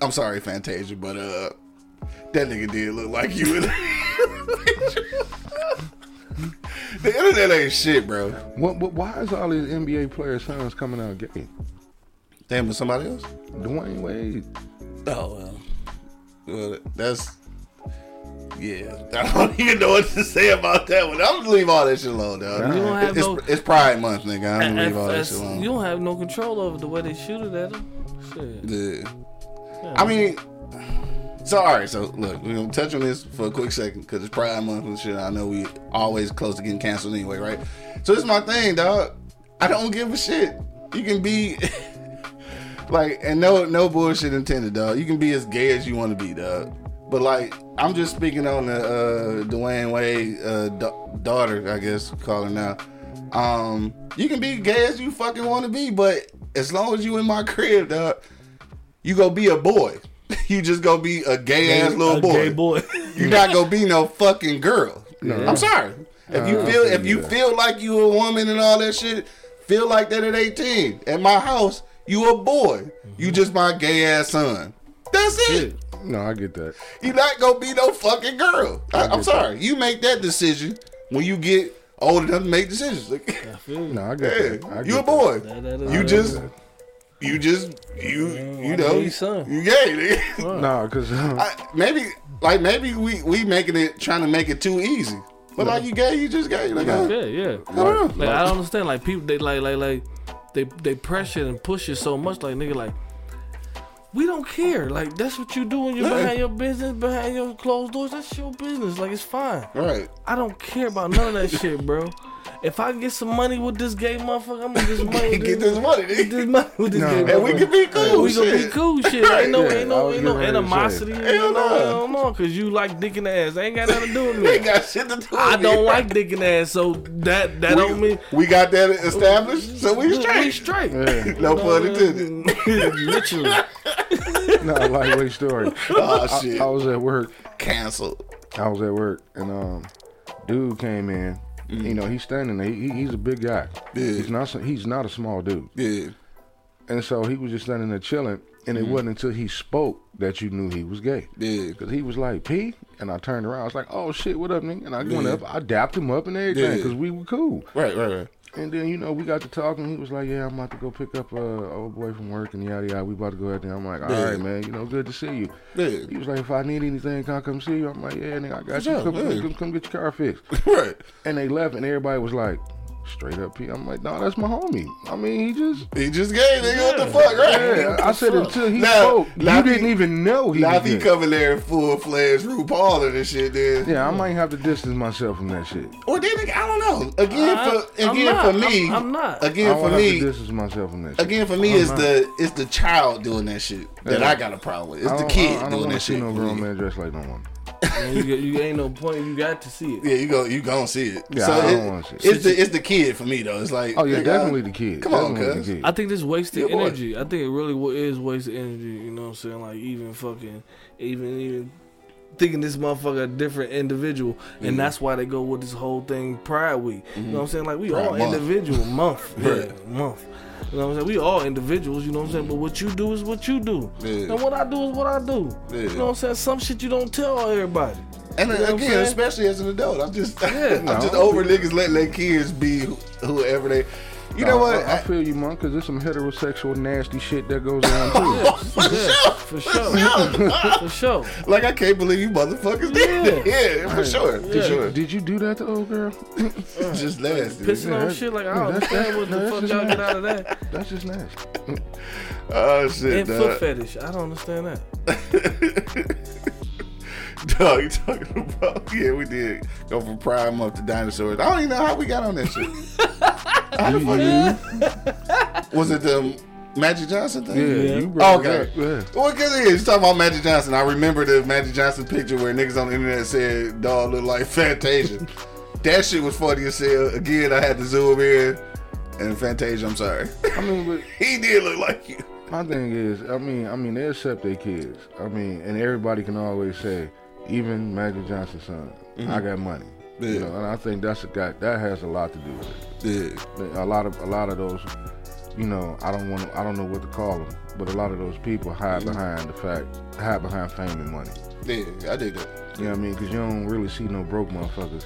I'm sorry, Fantasia, but uh, that nigga did look like you. in the picture. The internet ain't shit, bro.
What, what, why is all these NBA player sons coming out gay?
Damn, with somebody else?
Dwayne Wade.
Oh well. Well, that's yeah. I don't even know what to say about that one. I'm gonna leave all that shit alone, dog.
You
don't have
it's,
no-
it's Pride Month, nigga. I'm gonna leave all that
That's-
shit
you
alone.
don't have no control over the way they shoot it at him. Shit.
Yeah. I mean, so all right. So look, we're gonna touch on this for a quick second because it's Pride Month and shit. I know we always close to getting canceled anyway, right? So this is my thing, dog. I don't give a shit. You can be like, and no, no bullshit intended, dog. You can be as gay as you want to be, dog. But like, I'm just speaking on the uh, Dwayne Wade uh, da- daughter, I guess, call her now. Um, you can be gay as you fucking want to be, but as long as you in my crib, dog, you gonna be a boy. You just gonna be a gay ass little
A
boy.
gay boy.
You're not gonna be no fucking girl. I'm sorry. If you
Uh,
feel if
yeah.
you feel like you a woman and all that shit, feel like that at 18. At my house, you a boy. You just my gay ass son. That's it.
No, I get that.
you not gonna be no fucking girl. I, I'm
get
sorry. You make that decision when you get old enough to make decisions. Like,
No, I get
yeah,
that. I get
you a
that.
boy.
That- that is-
You
that
just
is-
you just you you
I
know
know your son.
you gay. nigga.
No, because
I, maybe like maybe we we making it trying to make it too easy. But like you gay, you just gay. Like, uh, I,
Yeah, yeah.
I don't know.
Like I don't understand. Like people, they like, like, like, they they pressure and push it so much. Like nigga, like we don't care. Like that's what you do when you're
Yeah.
behind your business, behind your closed doors. That's your business. Like it's fine.
Right.
I don't care about none of that shit, bro. If I get some money with this gay motherfucker, I'm gonna get some money. With
Get
this,
this money,
get
nigga.
this money with this
No.
gay.
and we
motherfucker.
can be cool.
we gonna be
shit.
cool, shit. Ain't no,
yeah,
ain't
I
no,
was
ain't no
getting ready to say.
animosity. Ain't
Hell
no,
no.
hell no, cause you like dick in the ass. Ain't got nothing to do with me.
Ain't got shit to do.
I
with it.
don't like dick in the ass, so that that
We,
don't mean
we got that established, so we
We
straight.
straight.
yeah,
No pun intended.
Literally.
no, lightweight story.
Oh
I,
shit,
I was at work.
canceled.
I was at work, and um, dude came in. You know, he's standing there. He, he- he's a big guy.
Mm-hmm. Yeah.
He's not. s- He's not a small dude.
Yeah,
And so he was just standing there chilling. And it wasn't until he spoke that you knew he was gay.
Mm-hmm. yeah,
Cause he was like P, and I turned around. I was like, "Oh shit, what up, nigga?" And I went
Yeah.
up, I dapped him up and everything,
Yeah.
cause we were cool.
right, right, right.
And then you know we got to talking. He was like, "Yeah, I'm about to go pick up uh old boy from work and yada yada. We about to go out there." I'm like, "All right,
Yeah.
man. You know, good to see you."
Yeah,
He was like, "If I need anything, can I come see you?" I'm like, "Yeah, nigga, I got
sure,
you. Come,
yeah.
come, come, come get your car fixed."
right.
and they left, and everybody was like, "Straight up P." I'm like, "No, that's my homie. I mean, he just."
He just gay, nigga. What the fuck, right?
Yeah, I said until he
Now-
spoke,
now
you
if he-
didn't even know he.
Now
was
if he
gay.
coming there full fledged RuPaul and this shit, then
Yeah, I might have to distance myself from that shit.
Or then again, I don't know. Again,
I-
for
Uh, I'm
again
not.
for me,
I'm- I'm not.
I
Again
don't
for
have to
me,
distance myself from that. Shit.
again for me, it's the it's the child doing that shit that
Yeah.
I got a problem with. It's
I
the
don't-
kid
I don't,
doing
wanna
that
see
shit.
No
for
grown
me.
man dressed like no woman.
you, you ain't no point. You got to see it.
Yeah, you go, you gonna see it.
Yeah,
so
I don't
it-
wanna see it.
It's the it's the kid for me though. It's like
Oh yeah,
nigga,
definitely the kid.
Come on,
Definitely
cuz.
the kid.
I think this wasted
Yeah, boy.
energy. I think it really wa- is wasted energy. You know what I'm saying? Like even fucking, even even thinking this motherfucker a different individual,
Mm-hmm.
and that's why they go with this whole thing Pride Week. You know what I'm saying? Like we
Pride
all
month.
individual month, yeah,
Right.
month. You know what I'm saying? We all individuals. You know what I'm saying? But what you do is what you do,
Yeah.
and what I do is what I do.
Yeah.
You know what I'm saying? Some shit you don't tell everybody.
And
You know what I'm
again,
saying?
especially as an adult, I'm just
Yeah,
I'm
no,
just
I
over niggas letting their kids be who- whoever they. You know what?
I, I feel you, Monk, because there's some heterosexual nasty shit that goes on too.
For sure. for sure.
like I can't believe you motherfuckers did. Yeah, yeah for sure, for
Did,
sure.
you, did you do that to old girl?
Just nasty.
Pissing on
that's-
shit like I
yeah,
don't
that's-
understand what
no,
the fuck
that's
y'all
just
get out of that.
That's just nasty.
Oh shit,
And foot
dog.
fetish. I don't understand that.
dog. You talking about? Yeah, we did go from prime up to dinosaurs. I don't even know how we got on that shit. how the fuck? was it the Magic Johnson thing?
Yeah, you
Oh,
brought
okay.
it up. Yeah.
Well, because yeah, you talking about Magic Johnson. I remember the Magic Johnson picture where niggas on the internet said dog look like Fantasia. that shit was funny as hell. Again, I had to zoom in. And Fantasia, I'm sorry.
I mean, but
he did look like you.
My thing is, I mean, I mean, they accept their kids. I mean, and everybody can always say, even Magic Johnson's son, I got money.
Mm-hmm. Yeah.
You know, and I think that's a guy that has a lot to do with it.
Yeah.
A lot of a lot of those, you know, I don't want, to, I don't know what to call them, but a lot of those people hide
Mm-hmm.
behind the fact, hide behind fame and money.
Yeah, I did that.
You know what I mean? Because you don't really see no broke motherfuckers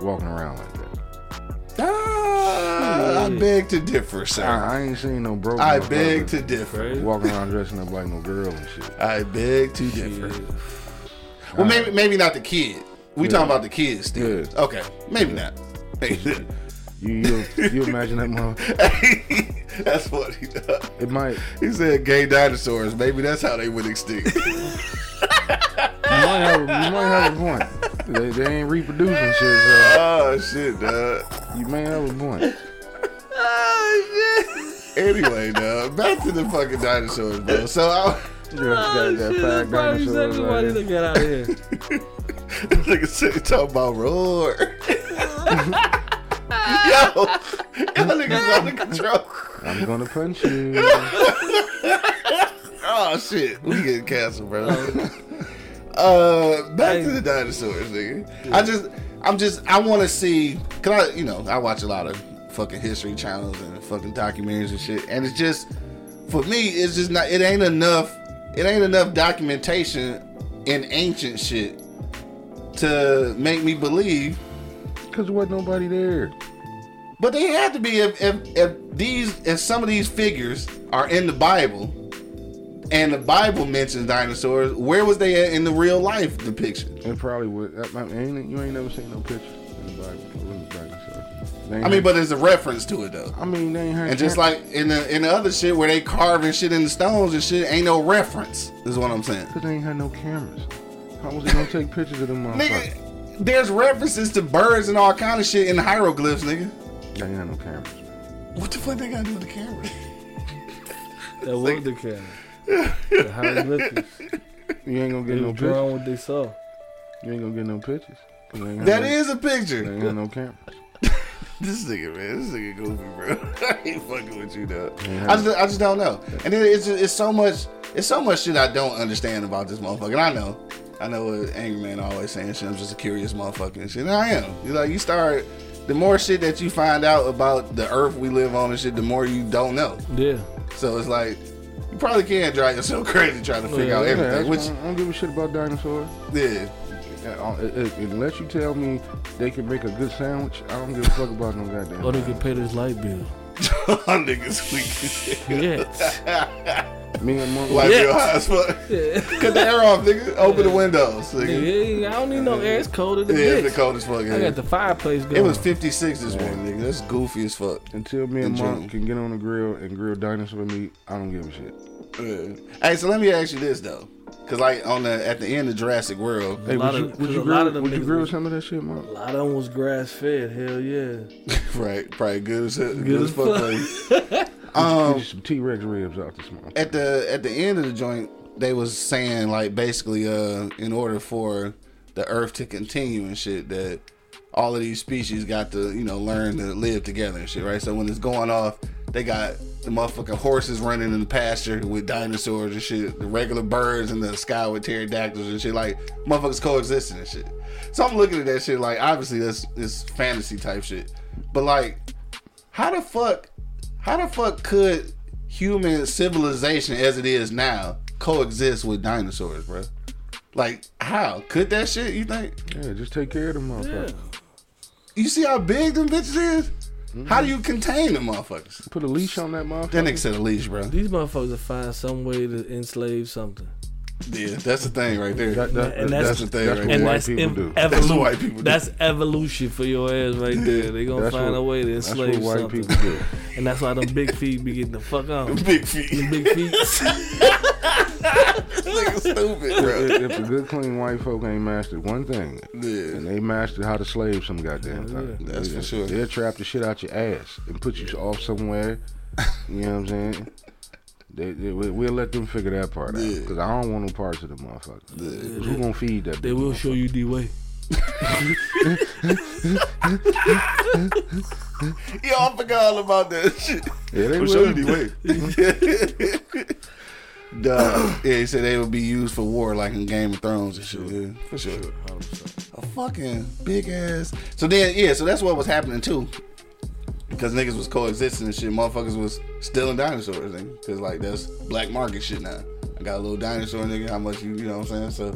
walking around like that.
Ah, I beg to differ, sir.
I, I ain't seen no broke.
I
motherfuckers
beg to differ.
Right?
walking around dressing up like no girl and shit.
I beg to differ. Well, maybe maybe not the kid. We talking about the kids still.
Yeah.
Okay, maybe not. Maybe
You you you imagine that mother?
not. That's funny. dog.
It might.
He said gay dinosaurs. Maybe that's how they went extinct.
You might have, Oh, you might have a point. They, they ain't reproducing shit, so
oh shit, dog.
you may have a point.
Oh,
Anyway, dog. Back to the fucking dinosaurs, bro. So I
You just got that fat
Oh, Probably
dinosaur
exactly why
right
they
there.
done got out of here.
This nigga said he talking about roar. Yo, y'all niggas out of control.
I'm gonna punch you.
Oh shit, we getting canceled, bro. Uh, back to the dinosaurs, nigga. I just, I'm just, I want to see. Cause I, you know, I watch a lot of fucking history channels and fucking documentaries and shit, and it's just, for me, it's just not. It ain't enough. It ain't enough documentation in ancient shit to make me believe
Cause wasn't nobody there.
But they had to be if, if if these if some of these figures are in the Bible, and the Bible mentions dinosaurs. Where was they at in the real life depiction?
It probably would. I mean, ain't, you ain't never seen no picture in the Bible. of any dinosaur. They ain't
I mean,
had-
but there's a reference to it though.
I mean, they ain't had
And just
time-
like in the in the other shit where they carving shit in the stones and shit, ain't no reference. Is what I'm saying.
Cause they ain't had no cameras. How was they gonna take pictures of them motherfuckers?
Nigga, there's references to birds and all kind of shit in hieroglyphs, nigga.
They ain't had no cameras.
What the fuck they got to do with the camera?
That was the camera. The hieroglyphics.
You ain't gonna
They
get no
was
pictures.
drawing what they saw.
You ain't gonna get no pictures. 'Cause they ain't had
That
no-
is a
They
picture.
ain't had no cameras.
This nigga, man, this nigga goofy, bro. I ain't fucking with you, though. I just, I just don't know. And then it's, it's so much, it's so much shit I don't understand about this motherfucker. And I know, I know what Angry Man always saying shit. I'm just a curious motherfucker and shit. And I am. You know, you start, the more shit that you find out about the earth we live on and shit, the more you don't know.
Yeah.
So it's like, you probably can drive yourself crazy trying to figure out
Yeah,
everything.
that's
Which,
fine. I don't give a shit about dinosaurs.
yeah,
Uh, uh, uh, Unless you tell me they can make a good sandwich, I don't give a fuck about no goddamn.
Or Oh, they could pay this light bill.
niggas weak.
Yes.
Me and Monk,
Like
Yeah.
real high as fuck.
Yeah.
Cut the air off, nigga. Open the windows, nigga.
I don't need no air. It's cold in the
Yeah,
bitch.
it's the coldest fuck.
I
here.
got the fireplace going.
It was 56 this morning, nigga. That's goofy as fuck.
until me and
In general.
Monk can get on the grill and grill dinosaur meat, I don't give a shit.
Hey, so let me ask you this though, cause like on the at the end of Jurassic World,
Hey,
lot
would you,
of-
would
cause
you
a lot
grill,
of them
would you
niggas
grill
was-
some of that shit, Monk?
A lot of them was grass fed. Hell yeah.
right? Probably good as hell, good as
as
fuck.
fuck.
like. Oh.
Get some T Rex ribs out this morning.
At the at the end of the joint, they was saying like basically, uh, in order for the Earth to continue and shit, that all of these species got to you know learn to live together and shit, right? So when it's going off, they got the motherfucking horses running in the pasture with dinosaurs and shit, the regular birds in the sky with pterodactyls and shit, like motherfuckers coexisting and shit. So I'm looking at that shit like obviously that's this fantasy type shit, but like how the fuck, how the fuck could human civilization as it is now coexist with dinosaurs, bro? Like how could that shit? You think?
Yeah, just take care of them motherfuckers.
You see how big them bitches is? How do you contain the motherfuckers?
Put a leash on that motherfucker.
That nigga said a leash, bro.
These motherfuckers will find some way to enslave something.
Yeah, that's the thing right there.
That- that-
And
that's, the thing
that's
right
what
there.
And
white
that's,
people
ev-
do.
evolu-
That's what white people do.
That's evolution for your ass right there. They gonna
That's
find
what-
a way to
That's
enslave
what white
something.
people do.
And that's why them big feet be getting the fuck on.
Big feet.
Big feet.
nigga stupid, bro.
if, if the good, clean white folk ain't mastered one thing,
Yeah.
and they mastered how to slave some goddamn
Oh,
thing,
That's for sure.
They'll trap the shit out your ass and put you off somewhere. You know what I'm saying? They, they, we- we'll let them figure that part out.
Yeah.
Because I don't want no parts of the motherfucker. Who gonna feed that?
They will show you the way.
Yo, I forgot all about that shit.
Yeah, they
For
will.
sure, anyway. Duh. Yeah, he said they would be used for war, like in Game of Thrones and shit. Yeah, for sure. A fucking big ass. So then, yeah, so that's what was happening too. Because niggas was coexisting and shit. Motherfuckers was stealing dinosaurs, nigga. Because, like, that's black market shit now. I got a little dinosaur, nigga. How much you, you know what I'm saying? So,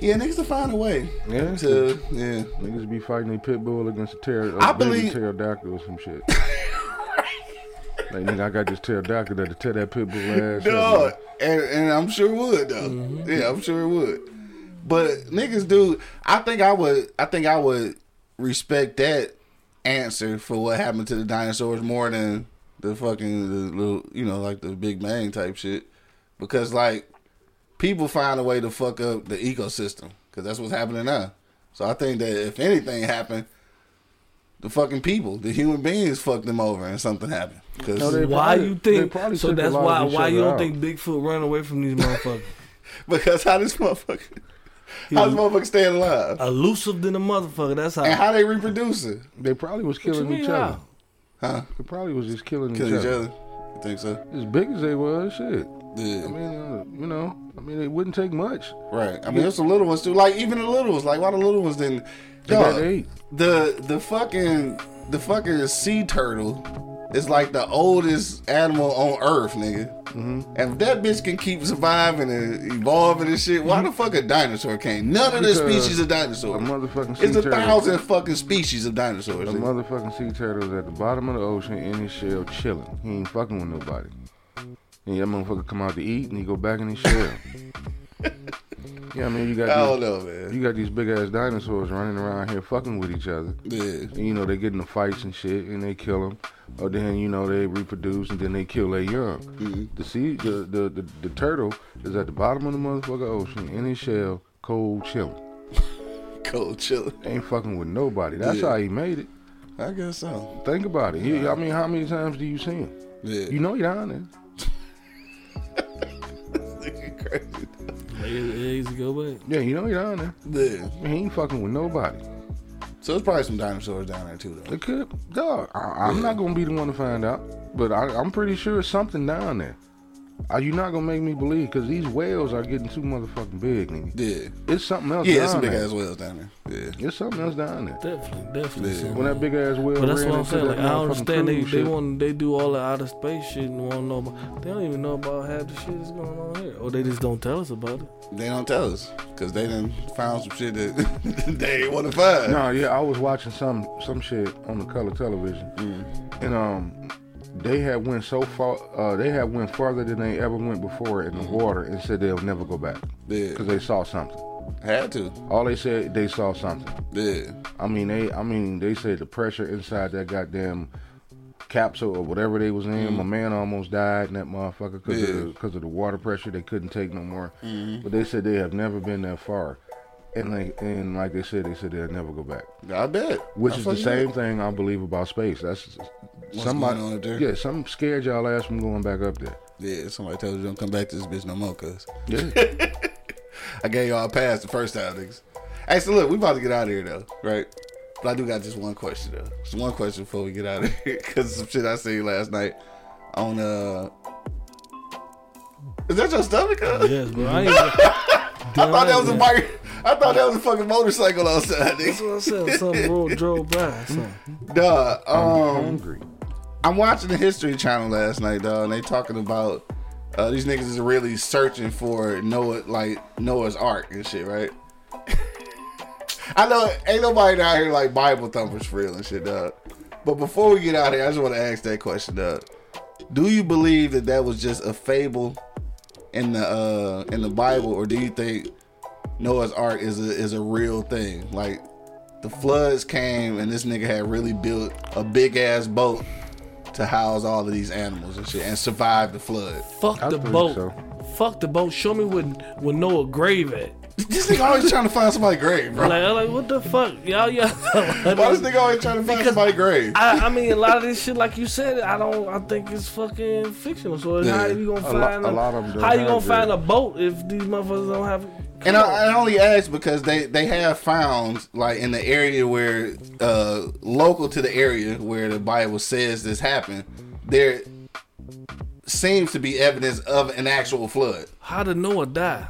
yeah, niggas to find a way.
Yeah.
To, yeah.
Niggas be fighting their pit bull against a terror.
I
I believe
believe-
pterodactyl or some shit. like nigga, I got this pterodactyl that'll tear that pit bull ass. up,
No,
man.
and, and I'm sure it would though.
Mm-hmm.
Yeah, I'm sure it would. But niggas do. I think I would. I think I would respect that answer for what happened to the dinosaurs more than the fucking the little, you know, like the Big Bang type shit, because like people find a way to fuck up the ecosystem because that's what's happening now. So I think that if anything happened. The fucking people, the human beings, fucked them over, and something happened. 'Cause-
No, they-
Why
probably-
you
they probably
think? So
took a
that's why
lot of each
why you
other
don't
out.
think Bigfoot run away from these motherfuckers?
because how this motherfucker,
He
how this
was
motherfucker staying alive?
Uh-huh.
elusive than a motherfucker. That's how.
And how they reproducing?
They probably was
What you
killing
mean
each other.
how?
Huh?
They probably was just killing,
Killing
each,
each
other.
other? You think so?
As big as they was, shit. I
Yeah.
mean, uh, you know, I mean, it wouldn't take much.
Right. I mean, there's some little ones too. Like even the little ones. Like why the little ones didn't?
They got
Dog,
to eat.
the the fucking the fucking sea turtle is like the oldest animal on Earth, nigga.
Mm-hmm.
And if that bitch can keep surviving and evolving and shit, why the fuck a dinosaur can't? None of the
Because
species of dinosaurs.
A motherfucking sea
it's a
turtle.
thousand fucking species of dinosaurs.
A
nigga.
motherfucking sea turtle is at the bottom of the ocean in his shell chilling. He ain't fucking with nobody. And that motherfucker come out to eat and he go back in his shell. yeah, I mean, you
I
got
don't
these,
know, man.
you got these big ass dinosaurs running around here fucking with each other.
Yeah.
And, you know, they get into fights and shit, and they kill them. Or then, you know, they reproduce, and then they kill their young. The sea, the, the, the, the turtle is at the bottom of the motherfucking ocean in his shell, cold chilling.
Cold chilling.
Ain't fucking with nobody. That's
Yeah.
how he made it.
I guess so.
Think about it. He, I mean, how many times do you see him?
Yeah.
You know he eh? down there.
crazy.
Like, it- it used to go back.
Yeah, you know he down there.
Yeah.
He ain't fucking with nobody.
So there's probably some dinosaurs down there too, though.
It could, dog. I, I'm not gonna be the one to find out, but I, I'm pretty sure it's something down there. Are you not gonna make me believe? Cause these whales are getting too motherfucking big. Nigga.
Yeah,
It's something else.
yeah,
down
it's some big
there.
ass whales down there. Yeah,
It's something else down there.
Definitely, definitely.
Yeah.
something.
When that big ass whale.
But that's
ran
what I'm
into
saying.
that
Like I don't
motherfucking
understand they,
cruise
they
ship-
want they do all the outer space shit and want to know about. They don't even know about half the shit that's going on here, or they just don't tell us about it.
they don't tell us because they done found some shit that they ain't want to find.
No, yeah, I was watching some some shit on the color television,
Mm-hmm.
and um, they had went so far, uh, they had went farther than they ever went before in the water, and said they'll never go back
Mm-hmm. Yeah,
because they saw something.
had to.
All they said they saw something.
Yeah,
I mean, they, I mean, they said the pressure inside that goddamn capsule or whatever they was in. My man almost died in that motherfucker because
Mm-hmm. Yeah. Mm-hmm.
of, 'cause of the water pressure. They couldn't take no more. But they said they have never been that far. And, they, and like they said, they said they'll never go back
I bet.
which
I
is the
fucking
same
bet.
thing I believe about space. That's somebody.
going on up there?
Yeah, some scared y'all ass from going back up there.
Yeah, somebody told you don't come back to this bitch no more, cause
Yeah,
I gave y'all a pass the first time, niggas. Hey, so look, we about to get out of here though, right? But I do got just one question though. Just one question before we get out of here, cause some shit I seen last night on uh. Is that your stomach? cuz?
Yes, bro. I, ain't, I
I thought that was a bike. I thought that was a fucking motorcycle outside,
That's
nigga.
what I said. Some road drove by. or something.
Duh. Um,
hungry.
I'm watching the History Channel last night, dog, and they talking about uh, these niggas is really searching for Noah, like Noah's Ark and shit, right? I know ain't nobody down here like Bible thumpers for real and shit, dog. But before we get out of here, I just want to ask that question. Uh, do you believe that that was just a fable in the uh, in the Bible, or do you think Noah's Ark is a, is a real thing? Like the floods came, and this nigga had really built a big ass boat to house all of these animals and shit, and survive the flood.
Fuck
I
the
think
boat.
so.
Fuck the boat. Show me where, where Noah grave at.
This nigga always trying to find somebody grave, bro.
Like, I'm like, what the fuck? Y'all, y'all.
Why this nigga always trying to find somebody grave?
I, I mean, a lot of this shit, like you said, I don't. I think it's fucking fictional. So
Yeah.
how you gonna
A
find
lo- a lot of 'em don't
how you
have
gonna
that.
find a boat if these motherfuckers don't have?
And I, I only ask because they, they have found like in the area where uh local to the area where the Bible says this happened, there seems to be evidence of an actual flood.
how did Noah die?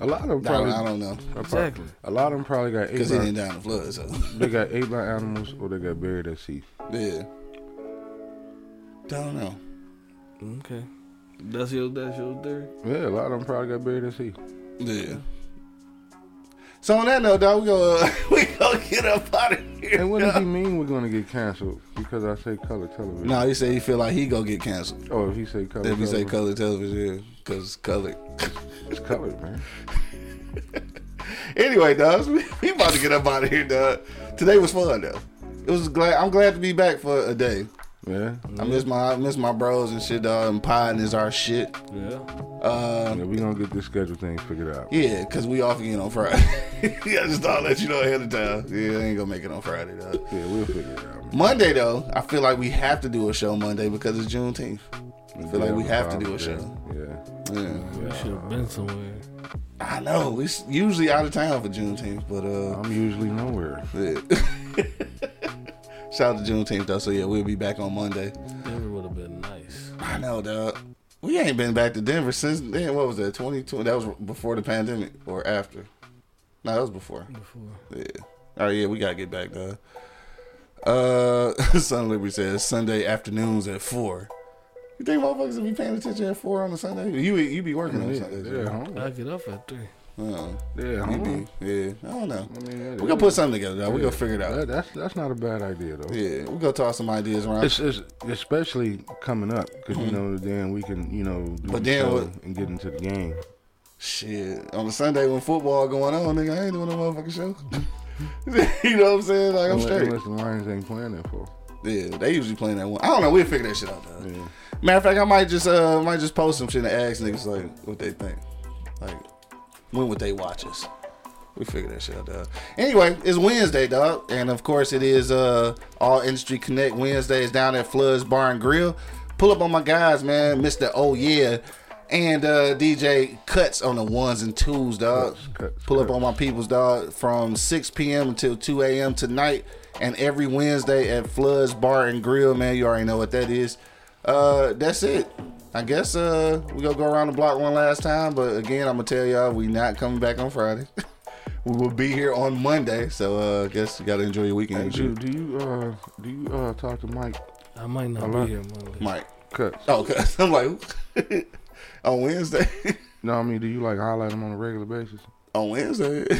A lot of them
I don't,
probably.
I don't know
Exactly.
A lot of them probably got ate
because he
by,
didn't die in the flood. So
they got ate by animals or they got buried at sea.
yeah, don't know.
Okay, that's your that's your theory.
Yeah, a lot of them probably got buried at sea.
Yeah. So on that note, dog, we gonna we gonna get up out of here.
And what does he mean we're gonna get canceled because I say color television?
No, he said he feel like he gonna get canceled
Oh, if he say color,
if you say
television,
color television, yeah, because color.
it's colored, man.
Anyway, dogs, we, we about to get up out of here, dog. Today was fun though. It was glad. I'm glad to be back for a day.
Yeah,
I miss my I miss my bros and shit, dog. And potting is our shit.
Yeah.
yeah we gonna get this schedule thing figured out.
Yeah, cause we off again on Friday. yeah, I just thought I'd let you know ahead of time. Yeah, I ain't gonna make it on Friday, dog.
Yeah, we'll figure it out. Man.
Monday though, I feel like we have to do a show Monday because it's Juneteenth. I feel like we have to do a show.
Yeah,
Yeah.
We should have been somewhere.
I know it's usually out of town for Juneteenth, but uh,
I'm usually nowhere.
yeah. shout out to Juneteenth though. So yeah, we'll be back on Monday.
Denver would have been nice.
I know, dog. We ain't been back to Denver since then. What was that? Twenty twenty. That was before the pandemic or after? No, that was before.
Before.
Yeah. Oh yeah, we gotta get back, dog. Uh, Son Liberty says Sunday afternoons at four. You think motherfuckers will be paying attention at four on a Sunday? You you be working on
Yeah,
Sundays?
they're
Yeah.
home.
I get up at three.
Uh,
Yeah,
you
home.
be- yeah. I don't know.
I mean, that
We gonna
is-
put something together, dog. We
yeah.
gonna figure it
That,
out.
that's that's not a bad idea though.
Yeah, we gonna toss some ideas around.
It's, it's especially coming up because you know then we can you know do
Mm-hmm. But
the
then
show
what-
and get into the game.
Shit, on a Sunday when football going on, nigga, I ain't doing no motherfucking show. you know what I'm saying? Like I'm
unless,
straight.
unless the Lions ain't playing that for.
Yeah, they usually playing that one. I don't know. We'll figure that shit out though. Matter of fact, I might just uh might just post some shit and ask niggas like what they think. Like when would they watch us? We figure that shit out, dog. Anyway, it's Wednesday, dog, and of course it is uh all industry connect Wednesdays down at Floods Bar and Grill. Pull up on my guys, man, Mister Oh Yeah, and uh DJ Cuts on the ones and twos, dog.
Cuts, Cuts,
Pull up on my people's, dog, from 6 p.m. until 2 a.m. tonight, and every Wednesday at Floods Bar and Grill, man. You already know what that is. Uh, that's it. I guess uh we gonna go around the block one last time, but again, I'm gonna tell y'all we not coming back on Friday. we will be here on Monday, so uh, I guess you gotta enjoy your weekend,
Hey,
with you,
dude, do you uh do you uh talk to Mike
I might not
Hello?
be here Monday.
Mike.
Cuts?
Oh, okay. I'm like on Wednesday.
No, I mean, do you like highlight him on a regular basis?
on Wednesday.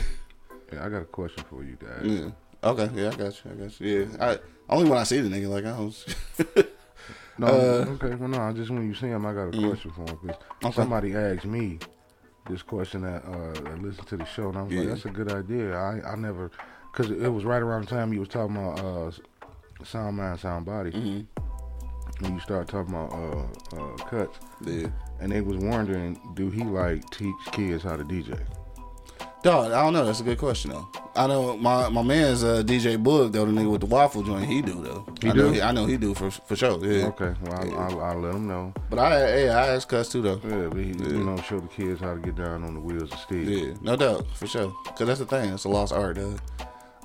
Yeah, I got a question for you, Dad.
yeah. Okay. Yeah, I got you. I got you. Yeah. I only when I see the nigga, like I don't.
No,
Uh,
okay. Well, no, just when you see him, I got a question for him 'cause
Okay.
somebody asked me this question that uh, I listened to the show, and I was like,
Yeah.
"That's a good idea." I I never, because it was right around the time you was talking about uh, s- sound mind, sound body,
Mm-hmm.
when you started talking about uh, uh, cuts,
yeah.
and they was wondering, do he like teach kids how to DJ?
Dog, I don't know. That's a good question though. I know my my man's uh, DJ Boog though, the nigga with the waffle joint. He do though.
He
I
do?
Know he, I know he do for for sure. Yeah.
Okay, well, I'll, I'll, I'll let him know.
But I hey, I asked Cuss too though.
Yeah, but he, you know, show the kids how to get down on the wheels of steel.
Yeah, no doubt for sure. Cause that's the thing. It's a lost art, dog.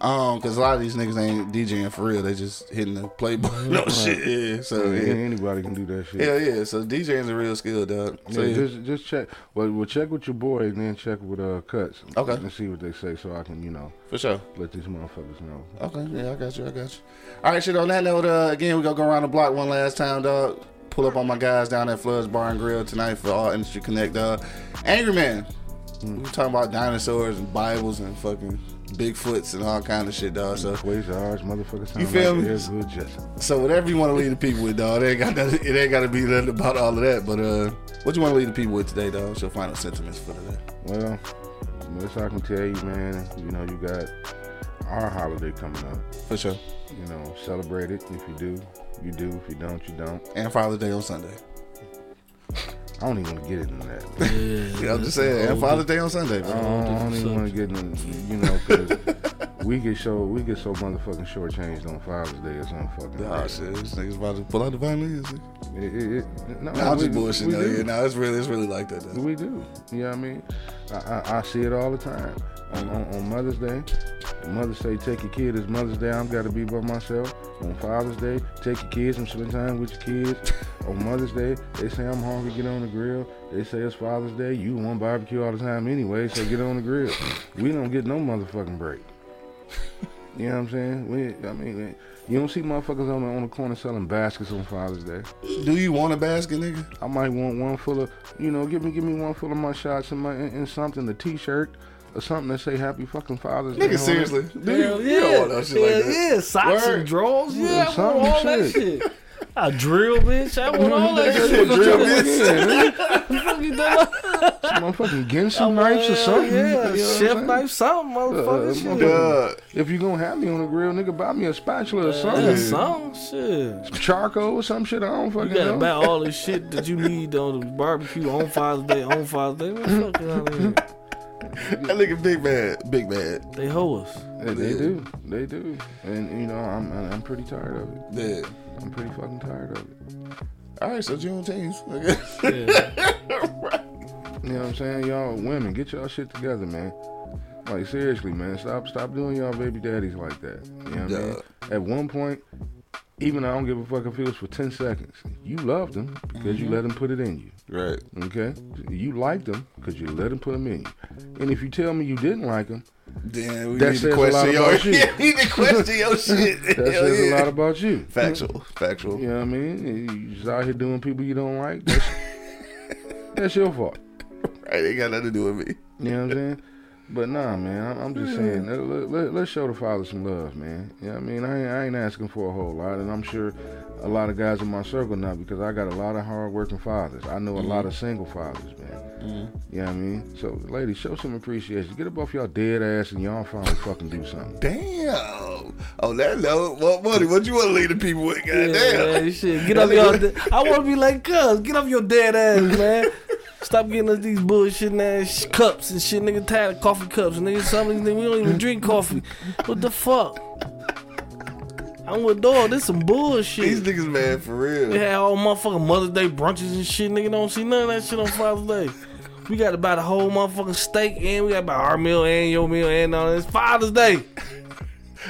Um, cause a lot of these niggas ain't DJing for real. They just hitting the play button. No shit. Yeah. So
Yeah,
yeah.
Anybody can do that shit.
Hell yeah. So DJing's a real skill, dog. So
Yeah,
yeah.
just just check. Well, we'll check with your boy and then check with uh cuts.
Okay.
And see what they say, so I can you know
for sure.
let these motherfuckers know.
Okay, yeah, I got you, I got you. All right, shit, on that note, uh, again, we going to go around the block one last time, dog. Pull up on my guys down at Floods Bar and Grill tonight for All Industry Connect, dog. Angry Man. We were talking about dinosaurs and Bibles and fucking Bigfoots and all kind of shit, dog. So,
Quasar's motherfucker sound
You feel
like
me?
Ed Wood Justice.
so whatever you want to leave the people with, dog, it ain't got nothing, it ain't got to be nothing about all of that. But uh, what you want to leave the people with today, dog? What's your final sentiments for today?
Well, this I can tell you, man. You know, you got our holiday coming up.
For sure.
You know, celebrate it if you do. You do. If you don't, you don't.
And Father's Day on Sunday.
I don't even want to get into that.
You know what I'm just saying? And Father's Day on Sunday,
I
bro.
don't, I don't even want to get into you know because we get so we get so motherfucking shortchanged on Father's Day or something fucking.
Oh,
like
shit. This nigga's about to pull out the violin. nigga.
that. It- it- it- no,
Nah, I'm
we-
just bullshitting,
we
though.
do.
Yeah, nah, it's really, it's really like that, though.
We do. You know what I mean? I, I, I see it all the time. On, on, on Mother's Day, Mother's Day, take your kid. It's Mother's Day. I'm got to be by myself. On Father's Day, take your kids and spend time with your kids. on Mother's Day, they say I'm hungry. Get on the grill. They say it's Father's Day. You want barbecue all the time anyway, so get on the grill. we don't get no motherfucking break. You know what I'm saying? We, I mean, we- you don't see motherfuckers on the, on the corner selling baskets on Father's Day.
Do you want a basket, nigga?
I might want one full of, you know, give me give me one full of my shots and my and, and something, a T-shirt or something that say Happy fucking Father's Day. on
Nigga,
it.
seriously. Do you,
Hell yeah.
you don't want no shit
Hell
like that.
yeah. Socks
Word.
and drawers. Yeah, I
Some
want all that
shit.
shit. I drill, bitch. I want all that
That's
shit.
what
Drill,
you
bitch.
want, yeah, nigga.
Fuck you, dog.
Some motherfucking Gensu knives or
Hell
something. you know
Oh, yeah.
what I'm
Chef
saying?
knife, something,
Uh,
motherfucker. shit.
Duh.
If you gonna have me on the grill, nigga, buy me a spatula or
Yeah, some
something,
shit.
charcoal or some shit. I don't fucking
You gotta
know.
buy all this shit that you need on the barbecue on Father's Day, on Father's Day. What the fuck is out here?
That nigga big bad. Big bad.
They hoe us.
Yeah, they do, they do, and you know, I'm I'm pretty tired of it.
Yeah.
I'm pretty fucking tired of it.
All right, so Juneteenth. nigga.
Yeah.
You know what I'm saying, y'all women, get y'all shit together, man. Like seriously, man, stop stop doing y'all baby daddies like that. You know what I mean? At one point, even I don't give a fuck if it was for ten seconds. You loved them because
Mm-hmm.
you let them put it in you.
Right.
Okay, you liked them because you let them put them in you. And if you tell me you didn't like them,
Then we
That
need
says
to
a
question
lot
your
about you.
shit. we need to question your shit.
that
Hell
says
yeah.
a lot about you.
Factual. Factual.
You know what I mean? You just out here doing people you don't like. That's, that's your fault.
Right. Ain't got nothing to do with me.
You know what I'm saying? But nah, man, I'm, I'm just saying, let, let, us show the father some love, man. You know what I mean? I ain't, I ain't asking for a whole lot, and I'm sure a lot of guys in my circle now because I got a lot of hardworking fathers. I know a lot
Mm-hmm.
of single fathers, man. You know what I mean? So, ladies, show some appreciation. Get up off y'all dead ass and y'all finally fucking do something.
Damn. On that note, what money? What you want to leave the people with?
Yeah,
Goddamn.
man, shit. Get up your. I want to be like, cuz, get off your dead ass, man. Stop getting us these bullshit ass sh- cups and shit, nigga. Tired of coffee cups, nigga. Some of these niggas, we don't even drink coffee. What the fuck? I'm with dog. This some
These
bullshit.
niggas mad for real.
We had all motherfucking Mother's Day brunches and shit, nigga. Don't see none of that shit on Father's Day. We got to buy the whole motherfucking steak and we got to buy our meal and your meal and all this. Father's Day.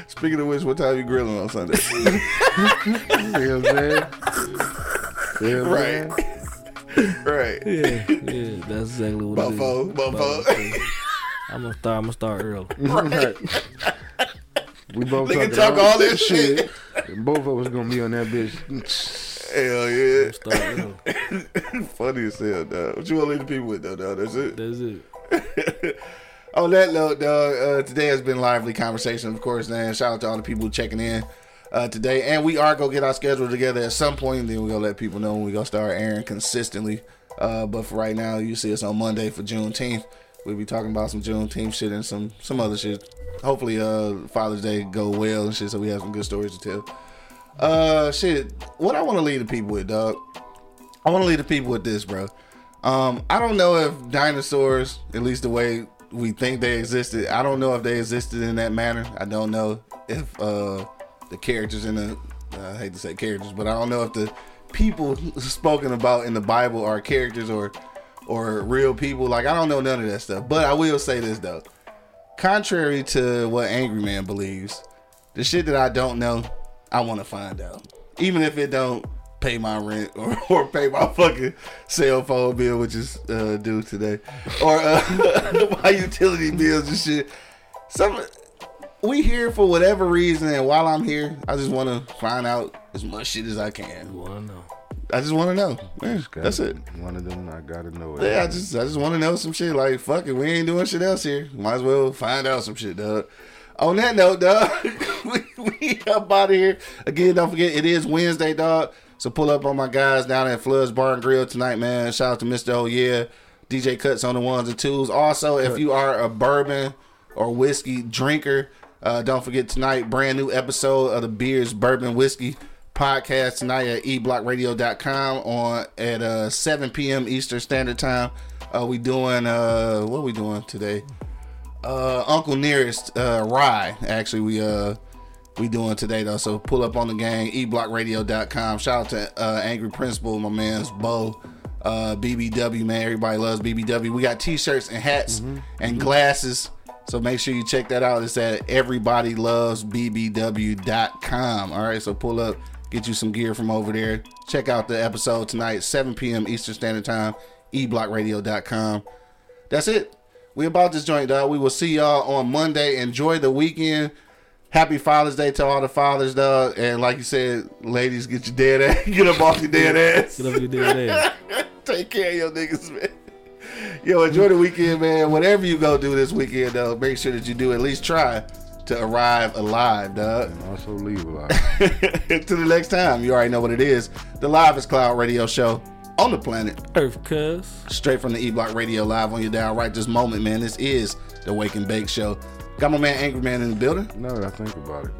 Speaking of which, what time you grilling on Sunday?
You know what I'm saying? You know what I'm
Right.
saying?
right.
Yeah, yeah, that's exactly what it is.
Buffo. Buffo.
I'm gonna start. I'm gonna start early.
Right. We both
Nigga
talking
talk all this
And both of us gonna be on that bitch.
Hell yeah.
Start early.
Funny as hell, dog. What you want to leave the people with, though, dog? That's it.
That's it.
On Oh, that note, dog, uh, today has been lively conversation, of course, man. Shout out to all the people checking in uh, today. And we are going to get our schedule together at some point, and then we're going to let people know when we're going to start airing consistently. Uh, but for right now, you see us on Monday for Juneteenth. We'll be talking about some Juneteenth shit and some, some other shit. Hopefully, uh, Father's Day go well and shit, so we have some good stories to tell. Uh, shit, what I want to leave the people with, dog, I want to leave the people with this, bro. Um, I don't know if dinosaurs, at least the way we think they existed, I don't know if they existed in that manner. I don't know if uh, the characters in the, I hate to say characters, but I don't know if the people spoken about in the Bible are characters or or real people. Like I don't know none of that stuff. But I will say this though, contrary to what Angry Man believes, the shit that I don't know, I want to find out. Even if it don't pay my rent or, or pay my fucking cell phone bill, which is uh, due today, or uh, my utility bills and shit. Some we here for whatever reason, and while I'm here, I just want to find out as much shit as I can.
Well, I know.
I just want to know. Yeah,
Just gotta-
that's it.
One of them, I gotta know it.
Yeah, I just I just want to know some shit. Like fuck it, we ain't doing shit else here. Might as well find out some shit, dog. On that note, dog, we, we up out of here again. Don't forget it is Wednesday, dog. So pull up on my guys down at Floods Bar and Grill tonight, man. Shout out to Mister Oh Yeah, DJ Cuts on the ones and twos. Also, if you are a bourbon or whiskey drinker, uh, don't forget tonight brand new episode of the Beers Bourbon Whiskey podcast tonight at e eblockradio.com on at uh 7 p.m eastern standard time uh we doing uh what we doing today uh uncle nearest uh rye actually we uh we doing today though so pull up on the gang e eblockradio.com shout out to uh angry principal my man's bo uh bbw man everybody loves bbw we got t-shirts and hats and glasses so make sure you check that out. It's at everybodylovesbbw.com. All right, so pull up, get you some gear from over there. Check out the episode tonight, 7 p.m. Eastern Standard Time, e eblockradio.com. That's it. We about this joint, dog. We will see y'all on Monday. Enjoy the weekend. Happy Father's Day to all the fathers, dog. And like you said, ladies, get your dead ass. Get up off your dead ass.
Get up your damn ass.
Take care of your niggas, man. Yo, enjoy the weekend, man. Whatever you go do this weekend, though, make sure that you do at least try to arrive alive, dog.
And also leave a lot.
Until the next time, you already know what it is. The Live is Cloud radio show on the planet,
Earth, cuz.
straight from the E Block Radio live on your dial right this moment, man. This is the Wake and Bake show. Got my man Angry Man in the building.
Now that I think about it,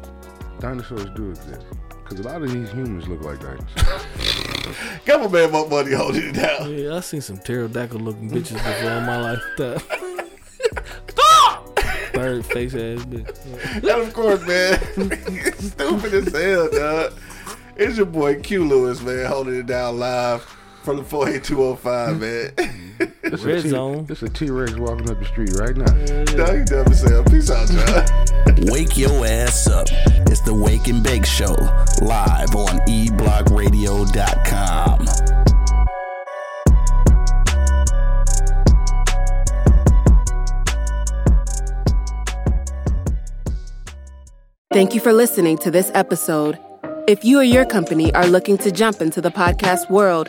dinosaurs do exist. Because a lot of these humans look like dinosaurs.
Got my man Mo Money holding it down.
Yeah, I seen some pterodactyl looking bitches before in my lifetime. Bird face ass bitch.
And of course, man, stupid as hell, dog. It's your boy Q Lewis, man, holding it down live from the 48205, man.
It's
Red
a T-
zone.
It's a T Rex walking up the street right now.
dog, you dumb as hell. Peace out, y'all.
Wake your ass up. It's the Wake and Bake Show, live on eblockradio.com.
Thank you for listening to this episode. If you or your company are looking to jump into the podcast world,